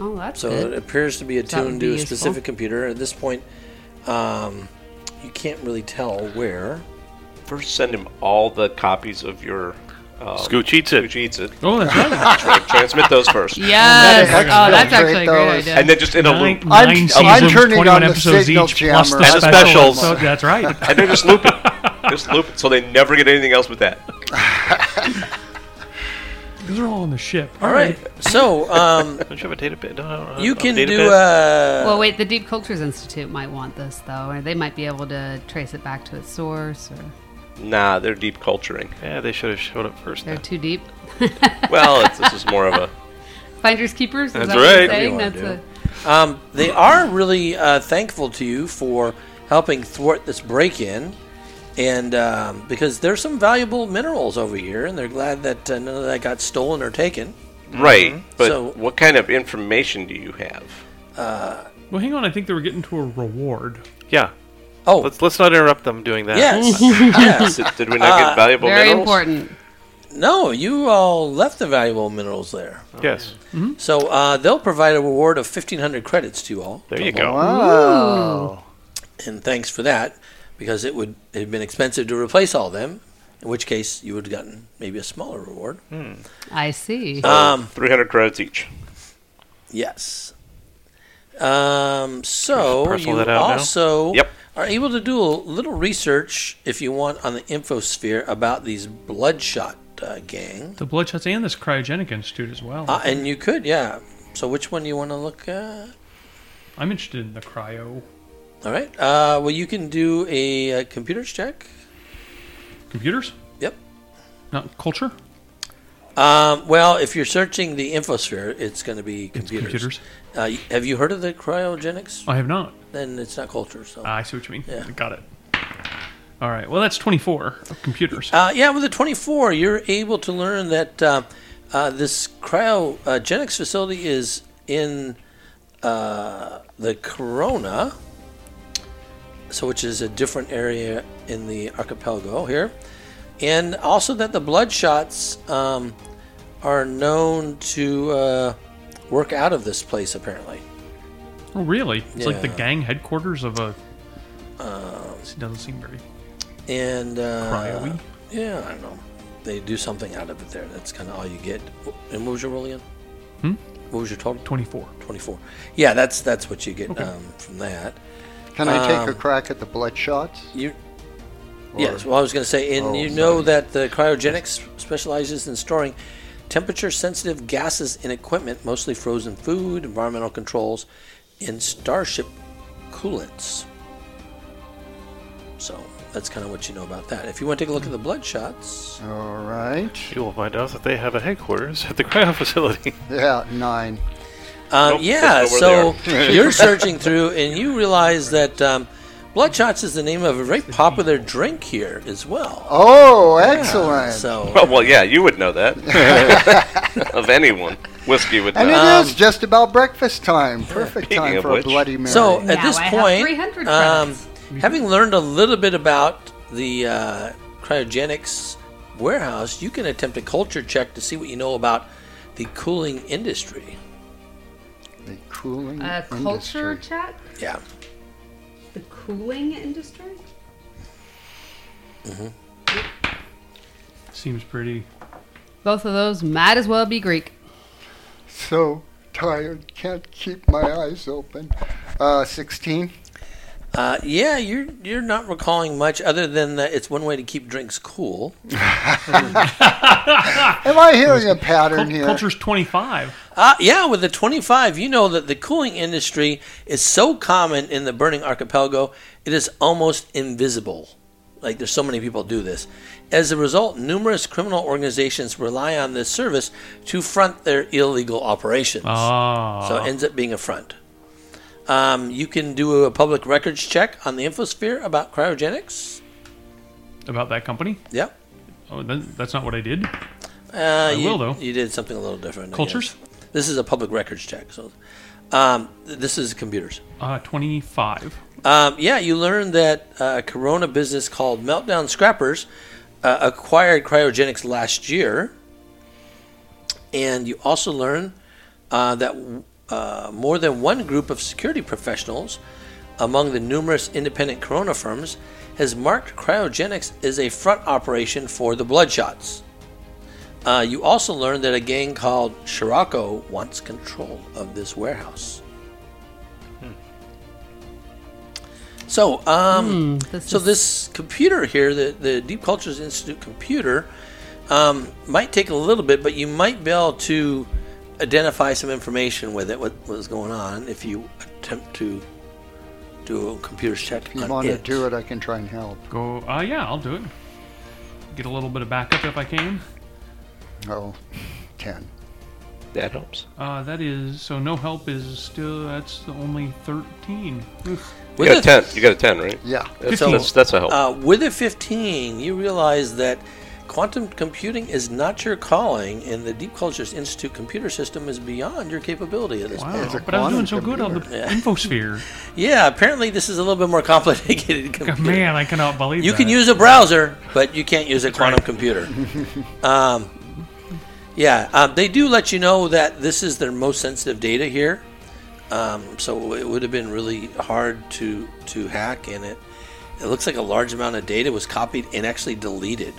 [SPEAKER 5] Oh, that's
[SPEAKER 1] So it
[SPEAKER 5] good.
[SPEAKER 1] appears to be
[SPEAKER 5] That would
[SPEAKER 1] attuned
[SPEAKER 5] be
[SPEAKER 1] to a
[SPEAKER 5] useful.
[SPEAKER 1] specific computer. At this point, um, you can't really tell where.
[SPEAKER 2] first send him all the copies of your. Um,
[SPEAKER 7] Scooch eats it.
[SPEAKER 2] Scooch eats it.
[SPEAKER 8] Oh, that's right.
[SPEAKER 2] Tra- transmit those first.
[SPEAKER 5] Yes.
[SPEAKER 4] That is
[SPEAKER 5] Oh, that's
[SPEAKER 4] actually
[SPEAKER 5] actually a
[SPEAKER 4] great,
[SPEAKER 5] great
[SPEAKER 4] though.
[SPEAKER 5] idea.
[SPEAKER 2] And then just in a
[SPEAKER 8] Nine,
[SPEAKER 2] loop.
[SPEAKER 8] nine
[SPEAKER 4] I'm- I'm
[SPEAKER 8] seasons,
[SPEAKER 4] turning
[SPEAKER 8] 21
[SPEAKER 4] on the
[SPEAKER 8] episodes
[SPEAKER 4] signal
[SPEAKER 8] each, plus
[SPEAKER 4] jammer.
[SPEAKER 8] the
[SPEAKER 4] And
[SPEAKER 7] the
[SPEAKER 8] special
[SPEAKER 7] specials.
[SPEAKER 8] episode. That's right.
[SPEAKER 2] And they're just looping. just loop it so they never get anything else but that.
[SPEAKER 8] Those are all on the ship.
[SPEAKER 1] All right. So um,
[SPEAKER 7] Don't you have a database? No,
[SPEAKER 1] you can
[SPEAKER 7] updated
[SPEAKER 1] do.
[SPEAKER 7] bit?
[SPEAKER 1] Uh,
[SPEAKER 5] Well, wait. The Deep Cultures Institute might want this though, or they might be able to trace it back to its source. Or
[SPEAKER 2] Nah, they're deep culturing.
[SPEAKER 7] yeah, they should have showed up first.
[SPEAKER 5] they're
[SPEAKER 7] then.
[SPEAKER 5] too deep.
[SPEAKER 2] Well, it's, this is more of a.
[SPEAKER 5] Finders keepers. Is
[SPEAKER 7] That's
[SPEAKER 5] that what you're
[SPEAKER 7] right.
[SPEAKER 5] saying?
[SPEAKER 1] Whatever
[SPEAKER 5] That's
[SPEAKER 1] you wanna
[SPEAKER 5] a,
[SPEAKER 1] Um, they are really uh, thankful to you for helping thwart this break in. And um, because there's some valuable minerals over here, and they're glad that uh, none of that got stolen or taken.
[SPEAKER 2] Right. But
[SPEAKER 1] So-
[SPEAKER 2] what kind of information do you have?
[SPEAKER 8] Well, hang on. I think they were getting to a reward.
[SPEAKER 7] Yeah,
[SPEAKER 1] Oh,
[SPEAKER 7] let's let's not interrupt them doing that.
[SPEAKER 1] yes. yes.
[SPEAKER 2] Did, did we not get valuable
[SPEAKER 5] very
[SPEAKER 2] minerals?
[SPEAKER 5] important.
[SPEAKER 1] No, you all left the valuable minerals there.
[SPEAKER 7] Yes.
[SPEAKER 1] So uh, they'll provide a reward of 1,500 credits to you all.
[SPEAKER 7] There you go.
[SPEAKER 4] Wow.
[SPEAKER 1] and thanks for that, because it would it had been expensive to replace all of them. In which case, you would have gotten maybe a smaller reward.
[SPEAKER 7] Mm-hmm.
[SPEAKER 5] I see.
[SPEAKER 1] Um,
[SPEAKER 2] 300 credits each.
[SPEAKER 1] yes. Um, so
[SPEAKER 7] Parcel
[SPEAKER 1] you
[SPEAKER 7] that out now?
[SPEAKER 1] also
[SPEAKER 2] Yep.
[SPEAKER 1] are able to do a little research if you want on the infosphere about these bloodshot uh, gang,
[SPEAKER 8] The Bloodshots and this Cryogenic Institute as well.
[SPEAKER 1] uh, and you could yeah. So which one do you want to look at?
[SPEAKER 8] I'm interested in the cryo
[SPEAKER 1] All right. Uh, well, you can do a, uh computers check.
[SPEAKER 8] computers.
[SPEAKER 1] Yep.
[SPEAKER 8] Not culture.
[SPEAKER 1] Um, well, if you're searching the infosphere, it's going to be
[SPEAKER 8] It's
[SPEAKER 1] computers.
[SPEAKER 8] computers.
[SPEAKER 1] Uh, y- have you heard of the cryogenics?
[SPEAKER 8] I have not.
[SPEAKER 1] Then it's not culture.
[SPEAKER 4] Oh.
[SPEAKER 1] So.
[SPEAKER 8] Ah, I see what you mean.
[SPEAKER 1] Yeah.
[SPEAKER 8] Got it. All right. Well, that's 24 of computers.
[SPEAKER 1] Uh, yeah, with the 24, you're able to learn that uh, uh, this cryogenics facility is in uh, the corona, so which is a different area in the archipelago here, and also that the bloodshots um, are known to uh, work out of this place apparently.
[SPEAKER 8] Oh, really? It's like the
[SPEAKER 1] Yeah.
[SPEAKER 8] gang headquarters of a.
[SPEAKER 4] Uh,
[SPEAKER 8] This doesn't seem very
[SPEAKER 1] and uh,
[SPEAKER 8] cryo-y.
[SPEAKER 1] Yeah, I don't know. They do something out of it there. That's kind of all you get. And what was your roll again? What was your total?
[SPEAKER 8] 24.
[SPEAKER 1] Twenty-four. Yeah, that's that's what you get um, from that.
[SPEAKER 4] Can I take a crack at the bloodshots?
[SPEAKER 1] You. yes. Well, I was going to say, and
[SPEAKER 4] Oh,
[SPEAKER 1] you know that the cryogenics specializes in storing temperature-sensitive gases in equipment, mostly frozen food, environmental controls, and starship coolants. So that's kind of what you know about that. If you want to take a look at the bloodshots.
[SPEAKER 4] All right.
[SPEAKER 7] You will find out that they have a headquarters at the cryo facility.
[SPEAKER 4] Yeah, nine.
[SPEAKER 1] Um,
[SPEAKER 2] Nope,
[SPEAKER 1] yeah,
[SPEAKER 2] that's not
[SPEAKER 1] so
[SPEAKER 2] where
[SPEAKER 1] you're searching through and you realize that um, Bloodshots is the name of a very popular drink here as well.
[SPEAKER 4] Oh, excellent.
[SPEAKER 1] So,
[SPEAKER 2] Well, well, yeah, you would know that. of anyone. Whiskey would
[SPEAKER 4] and
[SPEAKER 2] know.
[SPEAKER 4] it is just about breakfast time. Perfect
[SPEAKER 2] um, Speaking
[SPEAKER 4] time
[SPEAKER 2] of
[SPEAKER 4] for
[SPEAKER 2] which-
[SPEAKER 4] a Bloody Mary.
[SPEAKER 1] so at
[SPEAKER 5] Now
[SPEAKER 1] this
[SPEAKER 5] I have
[SPEAKER 1] point,
[SPEAKER 5] 300
[SPEAKER 1] um,
[SPEAKER 5] credits.
[SPEAKER 1] having learned a little bit about the uh, cryogenics warehouse, you can attempt a culture check to see what you know about the cooling industry.
[SPEAKER 4] the cooling
[SPEAKER 5] A culture
[SPEAKER 4] industry.
[SPEAKER 5] check.
[SPEAKER 1] Yeah.
[SPEAKER 5] The cooling industry.
[SPEAKER 8] Seems pretty.
[SPEAKER 5] Both of those might as well be Greek.
[SPEAKER 4] So tired, can't keep my eyes open. Uh, 16.
[SPEAKER 1] Uh, yeah, you're you're not recalling much other than that it's one way to keep drinks cool.
[SPEAKER 4] Am I hearing a pattern
[SPEAKER 8] Cult-
[SPEAKER 4] here?
[SPEAKER 8] Culture's 25.
[SPEAKER 1] Uh, yeah, with the 25, you know that the cooling industry is so common in the burning archipelago, it is almost invisible. Like, there's so many people do this. As a result, numerous criminal organizations rely on this service to front their illegal operations.
[SPEAKER 8] Ah.
[SPEAKER 1] So it ends up being a front. Um, you can do a public records check on the infosphere about cryogenics.
[SPEAKER 8] about that company?
[SPEAKER 1] Yep.
[SPEAKER 8] Oh, that, that's not what I did.
[SPEAKER 1] Uh, you,
[SPEAKER 8] will, though.
[SPEAKER 1] You did something a little different. I
[SPEAKER 8] Cultures?
[SPEAKER 1] guess. This is a public records check. So, um, th- this is computers.
[SPEAKER 8] Uh, 25.
[SPEAKER 1] Um, yeah, you learned that uh, a Corona business called Meltdown Scrappers uh, acquired cryogenics last year. And you also learn uh, that uh, more than one group of security professionals among the numerous independent Corona firms is marked cryogenics is a front operation for the Bloodshots. Uh, you also learn that a gang called Scirocco wants control of this warehouse. So, um,
[SPEAKER 5] Hmm, this
[SPEAKER 1] so
[SPEAKER 5] is-
[SPEAKER 1] this computer here, the, the Deep Cultures Institute computer, um, might take a little bit, but you might be able to identify some information with it, what was going on, if you attempt to do a computer check.
[SPEAKER 4] If you
[SPEAKER 1] on
[SPEAKER 4] want to do it, I can try and help.
[SPEAKER 8] Go. Uh, yeah, I'll do it. Get a little bit of backup if I can.
[SPEAKER 4] Oh, 10.
[SPEAKER 2] That helps.
[SPEAKER 8] Uh, that is so. No help is still. That's the only thirteen. Oof.
[SPEAKER 2] You
[SPEAKER 1] With
[SPEAKER 2] got a
[SPEAKER 1] a-
[SPEAKER 2] ten. You got a ten, right?
[SPEAKER 4] Yeah.
[SPEAKER 2] That's,
[SPEAKER 1] So-
[SPEAKER 2] that's, that's a help.
[SPEAKER 1] Uh, with a 15, you realize that quantum computing is not your calling, and the Deep Cultures Institute computer system is beyond your capability at this
[SPEAKER 8] Wow!
[SPEAKER 4] It's a
[SPEAKER 8] But I was doing
[SPEAKER 4] quantum
[SPEAKER 8] so good on the
[SPEAKER 1] computer. Yeah.
[SPEAKER 8] infosphere.
[SPEAKER 1] Yeah, apparently this is a little bit more complicated.
[SPEAKER 8] God,
[SPEAKER 1] computer.
[SPEAKER 8] Oh, Man, I cannot believe
[SPEAKER 1] you
[SPEAKER 8] that.
[SPEAKER 1] can use a browser, but you can't use a quantum computer. um, yeah, um, they do let you know that this is their most sensitive data here, um, so it would have been really hard to to hack in it. It looks like a large amount of data was copied and actually deleted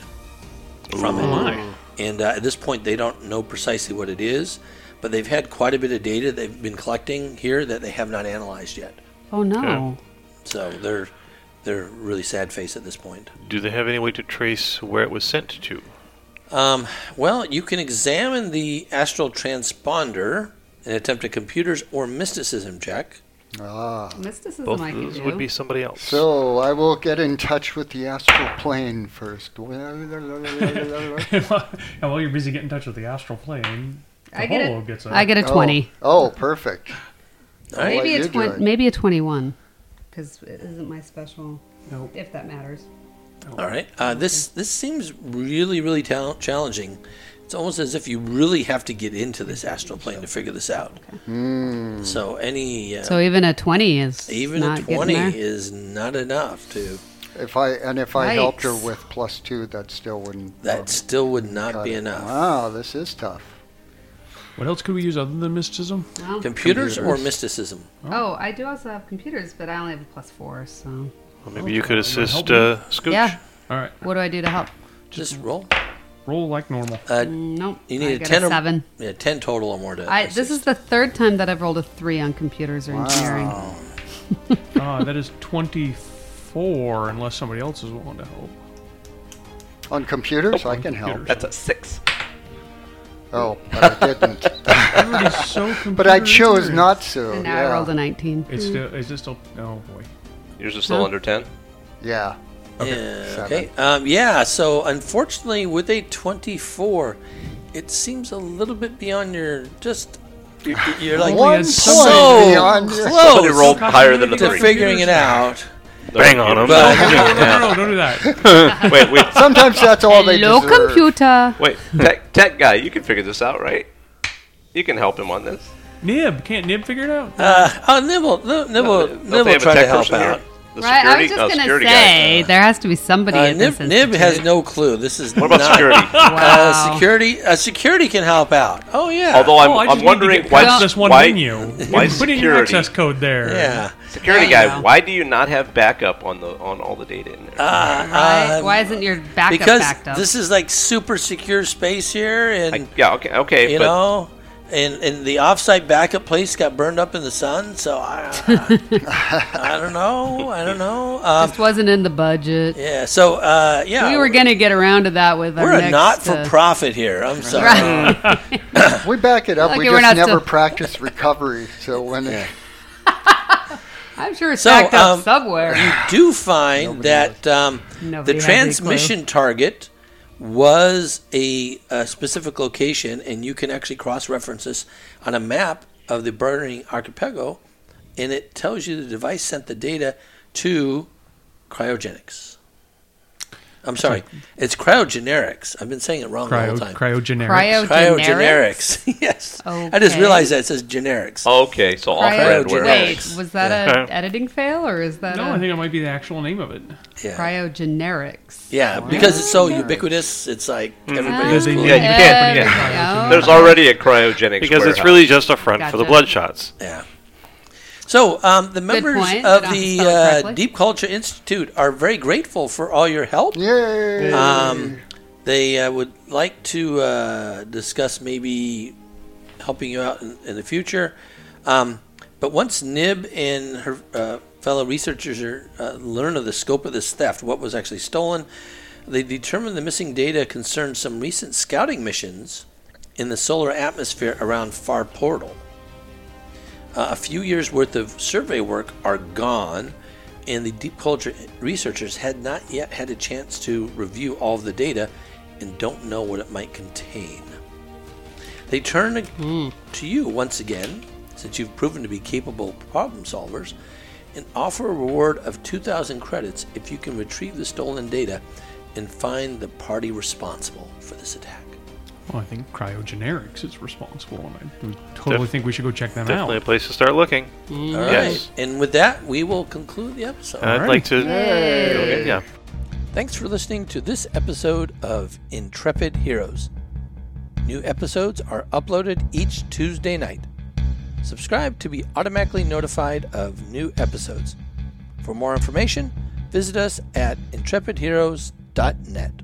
[SPEAKER 1] from it.
[SPEAKER 8] my.
[SPEAKER 1] And uh, at this point, they don't know precisely what it is, but they've had quite a bit of data they've been collecting here that they have not analyzed yet.
[SPEAKER 5] Oh no.
[SPEAKER 1] So they're they're really sad face at this point.
[SPEAKER 7] Do they have any way to trace where it was sent to?
[SPEAKER 1] Um, well, you can examine the astral transponder and attempt a computers or mysticism check.
[SPEAKER 4] Ah.
[SPEAKER 5] Mysticism
[SPEAKER 7] Both
[SPEAKER 5] I
[SPEAKER 7] of
[SPEAKER 5] can
[SPEAKER 7] those
[SPEAKER 5] do.
[SPEAKER 7] would be somebody else.
[SPEAKER 4] So I will get in touch with the astral plane first. oh,
[SPEAKER 8] and while you're busy getting in touch with the astral plane, the
[SPEAKER 5] I get
[SPEAKER 8] holo
[SPEAKER 5] a,
[SPEAKER 8] gets up.
[SPEAKER 5] I get a 20.
[SPEAKER 4] Oh, perfect.
[SPEAKER 1] All right.
[SPEAKER 5] Maybe
[SPEAKER 4] Why
[SPEAKER 5] a,
[SPEAKER 4] you do
[SPEAKER 5] twen-
[SPEAKER 4] it?
[SPEAKER 5] maybe a 21. Because it isn't my special,
[SPEAKER 8] Nope.
[SPEAKER 5] if that matters. Oh.
[SPEAKER 1] All right. Uh, this this seems really really tal- challenging. It's almost as if you really have to get into this astral plane to figure this out. So any uh,
[SPEAKER 5] So even a 20 is
[SPEAKER 1] even
[SPEAKER 5] not
[SPEAKER 1] a twenty
[SPEAKER 5] getting there.
[SPEAKER 1] is not enough to.
[SPEAKER 4] If I and if I helped her
[SPEAKER 5] Yikes.
[SPEAKER 4] with plus two, that still wouldn't.
[SPEAKER 1] That still would not
[SPEAKER 4] cut
[SPEAKER 1] be
[SPEAKER 4] Oh, it.
[SPEAKER 1] enough.
[SPEAKER 4] Wow, this is tough.
[SPEAKER 8] What else could we use other than mysticism?
[SPEAKER 5] Well,
[SPEAKER 1] Computers, or
[SPEAKER 4] Computers.
[SPEAKER 1] mysticism?
[SPEAKER 5] oh, I do also have computers, but I only have a plus four, so.
[SPEAKER 7] Well, maybe you could assist
[SPEAKER 8] help me?
[SPEAKER 7] uh, Scooch.
[SPEAKER 5] Yeah.
[SPEAKER 8] All right,
[SPEAKER 5] What do I do to help?
[SPEAKER 1] Just roll.
[SPEAKER 8] roll like normal.
[SPEAKER 1] Uh,
[SPEAKER 5] Nope.
[SPEAKER 1] you need
[SPEAKER 5] I
[SPEAKER 1] a
[SPEAKER 5] got
[SPEAKER 1] 10
[SPEAKER 5] a
[SPEAKER 1] or-
[SPEAKER 5] 7.
[SPEAKER 1] yeah, ten total or more to.
[SPEAKER 5] Mm. I, this is the third time that I've rolled a 3 on computers or engineering.
[SPEAKER 8] Ah, that is twenty-four. Unless somebody else is willing to help.
[SPEAKER 4] On computers, I can help.
[SPEAKER 2] that's a six.
[SPEAKER 4] Oh, but I didn't.
[SPEAKER 8] Everybody's so
[SPEAKER 4] But I
[SPEAKER 8] computer
[SPEAKER 4] chose
[SPEAKER 8] ignorant.
[SPEAKER 4] not to.
[SPEAKER 1] Oh,
[SPEAKER 5] And now
[SPEAKER 4] yeah.
[SPEAKER 5] I rolled a 19.
[SPEAKER 8] It's
[SPEAKER 1] Mm.
[SPEAKER 8] still. Is it still? Oh boy.
[SPEAKER 2] Yours is still
[SPEAKER 5] Huh?
[SPEAKER 2] under ten.
[SPEAKER 4] yeah.
[SPEAKER 1] Yeah,
[SPEAKER 4] Seven.
[SPEAKER 1] okay. Um, yeah. So unfortunately, with a twenty-four, it seems a little bit beyond your just. You're, you're like
[SPEAKER 4] One
[SPEAKER 8] had
[SPEAKER 4] point
[SPEAKER 8] somebody-
[SPEAKER 4] beyond
[SPEAKER 1] so
[SPEAKER 4] your-
[SPEAKER 2] Somebody rolled
[SPEAKER 1] close
[SPEAKER 2] higher than a
[SPEAKER 1] to
[SPEAKER 2] three.
[SPEAKER 1] figuring it out.
[SPEAKER 7] Bang on 'em.
[SPEAKER 1] But-
[SPEAKER 8] No, no, no, no, don't do that.
[SPEAKER 2] wait, wait,
[SPEAKER 4] Sometimes that's all they
[SPEAKER 5] Hello,
[SPEAKER 4] deserve.
[SPEAKER 5] computer.
[SPEAKER 2] wait. Tech, tech guy, you can figure this out, right? You can help him on this.
[SPEAKER 8] Nib, can't Nib figure it out?
[SPEAKER 1] Uh, oh, Nibble, Nib- Nibble,
[SPEAKER 2] Don't they
[SPEAKER 1] Nibble
[SPEAKER 2] have a
[SPEAKER 1] tried to
[SPEAKER 2] tech
[SPEAKER 1] help
[SPEAKER 2] person here?
[SPEAKER 1] out.
[SPEAKER 2] The
[SPEAKER 5] Right, I was
[SPEAKER 2] security- uh,
[SPEAKER 5] just going
[SPEAKER 2] security
[SPEAKER 5] to
[SPEAKER 2] guy.
[SPEAKER 5] say, there has to be somebody
[SPEAKER 1] Uh,
[SPEAKER 5] at this
[SPEAKER 1] Nib, Nib
[SPEAKER 5] institute.
[SPEAKER 1] has no clue. This is
[SPEAKER 2] What about
[SPEAKER 1] not,
[SPEAKER 2] security?
[SPEAKER 8] Oh,
[SPEAKER 5] Wow.
[SPEAKER 1] Uh, security. Uh, security can help out. Oh yeah.
[SPEAKER 2] Although I'm,
[SPEAKER 8] Oh, I just
[SPEAKER 2] I'm
[SPEAKER 8] need to
[SPEAKER 2] wondering
[SPEAKER 8] get
[SPEAKER 2] why
[SPEAKER 8] past this one
[SPEAKER 2] why,
[SPEAKER 8] menu.
[SPEAKER 2] why
[SPEAKER 8] Put in your
[SPEAKER 2] security?
[SPEAKER 8] access code there.
[SPEAKER 1] yeah.
[SPEAKER 2] Security
[SPEAKER 5] There you
[SPEAKER 2] guy,
[SPEAKER 5] go.
[SPEAKER 2] why do you not have backup on the on all the data in there?
[SPEAKER 1] Uh,
[SPEAKER 5] Why,
[SPEAKER 1] um,
[SPEAKER 5] why isn't your backup
[SPEAKER 1] because
[SPEAKER 5] backed up?
[SPEAKER 1] this is like super secure space here, and
[SPEAKER 2] I, yeah, okay, okay,
[SPEAKER 1] you
[SPEAKER 2] but
[SPEAKER 1] know, and and the offsite backup place got burned up in the sun. So I, I don't know. I don't know. Um,
[SPEAKER 5] Just wasn't in the budget.
[SPEAKER 1] yeah. So uh, yeah,
[SPEAKER 5] we were going to get around to that with our
[SPEAKER 1] We're a
[SPEAKER 5] next, uh,
[SPEAKER 1] not-for-profit here. I'm sorry.
[SPEAKER 4] We back it up.
[SPEAKER 5] Okay,
[SPEAKER 4] we
[SPEAKER 5] we're
[SPEAKER 4] just
[SPEAKER 5] not
[SPEAKER 4] never
[SPEAKER 5] still-
[SPEAKER 4] practice recovery. So when it,
[SPEAKER 5] I'm sure it's
[SPEAKER 1] So,
[SPEAKER 5] backed
[SPEAKER 1] um,
[SPEAKER 5] up somewhere.
[SPEAKER 1] You do find that um,
[SPEAKER 5] Nobody
[SPEAKER 1] the
[SPEAKER 5] has any
[SPEAKER 1] transmission target was a, a specific location, and you can actually cross-reference this on a map of the burning archipelago, and it tells you the device sent the data to cryogenics. I'm sorry, it's cryogenerics. I've been saying it wrong the
[SPEAKER 8] Cryo,
[SPEAKER 1] whole time.
[SPEAKER 8] cryogenerics.
[SPEAKER 5] Cryo- Cryogenerics?
[SPEAKER 1] Cryogenerics. yes. I just
[SPEAKER 5] Okay.
[SPEAKER 1] realized that it says generics.
[SPEAKER 2] okay, so all
[SPEAKER 5] Cryo-
[SPEAKER 2] red
[SPEAKER 1] cryogen-
[SPEAKER 2] warehouse.
[SPEAKER 5] Wait, was that an editing fail or is that
[SPEAKER 8] No,
[SPEAKER 5] a
[SPEAKER 8] I think it might be the actual name of it.
[SPEAKER 1] yeah.
[SPEAKER 5] cryogenerics?
[SPEAKER 1] Yeah, because it's so ubiquitous, it's like everybody.
[SPEAKER 8] Because
[SPEAKER 1] everybody's
[SPEAKER 8] they
[SPEAKER 1] cool.
[SPEAKER 8] need
[SPEAKER 2] Yeah, you can't.
[SPEAKER 5] Everything.
[SPEAKER 8] yeah.
[SPEAKER 5] Oh,
[SPEAKER 2] There's already a cryogenic
[SPEAKER 7] Because it's
[SPEAKER 2] warehouse.
[SPEAKER 7] really just a front for the
[SPEAKER 5] Gotcha.
[SPEAKER 7] Bloodshots.
[SPEAKER 1] Yeah. So, um, the members
[SPEAKER 5] point.
[SPEAKER 1] of
[SPEAKER 5] Did I
[SPEAKER 1] the
[SPEAKER 5] spell it
[SPEAKER 1] uh,
[SPEAKER 5] correctly?
[SPEAKER 1] Deep Culture Institute are very grateful for all your help.
[SPEAKER 4] Yay!
[SPEAKER 8] Uh,
[SPEAKER 1] Um, they uh, would like to uh, discuss maybe helping you out in, in the future. Um, but once Nib and her uh, fellow researchers are, uh, learn of the scope of this theft, what was actually stolen, they determined the missing data concerned some recent scouting missions in the solar atmosphere around Far Portal. Uh, a few years' worth of survey work are gone, and the deep culture researchers had not yet had a chance to review all of the data and don't know what it might contain. They turn ag- to you once again, since you've proven to be capable problem solvers, and offer a reward of 2,000 credits if you can retrieve the stolen data and find the party responsible for this attack.
[SPEAKER 8] Well, Oh, I think cryogenerics is responsible, and I do totally
[SPEAKER 7] Def-
[SPEAKER 8] think we should go check them
[SPEAKER 7] Definitely a
[SPEAKER 8] out.
[SPEAKER 7] place to start looking.
[SPEAKER 1] All right,
[SPEAKER 7] Yes.
[SPEAKER 1] and with that, we will conclude the episode.
[SPEAKER 7] I'd
[SPEAKER 8] Alrighty.
[SPEAKER 7] like to. Yeah.
[SPEAKER 1] Thanks for listening to this episode of Intrepid Heroes. New episodes are uploaded each Tuesday night. Subscribe to be automatically notified of new episodes. For more information, visit us at intrepidheroes.net.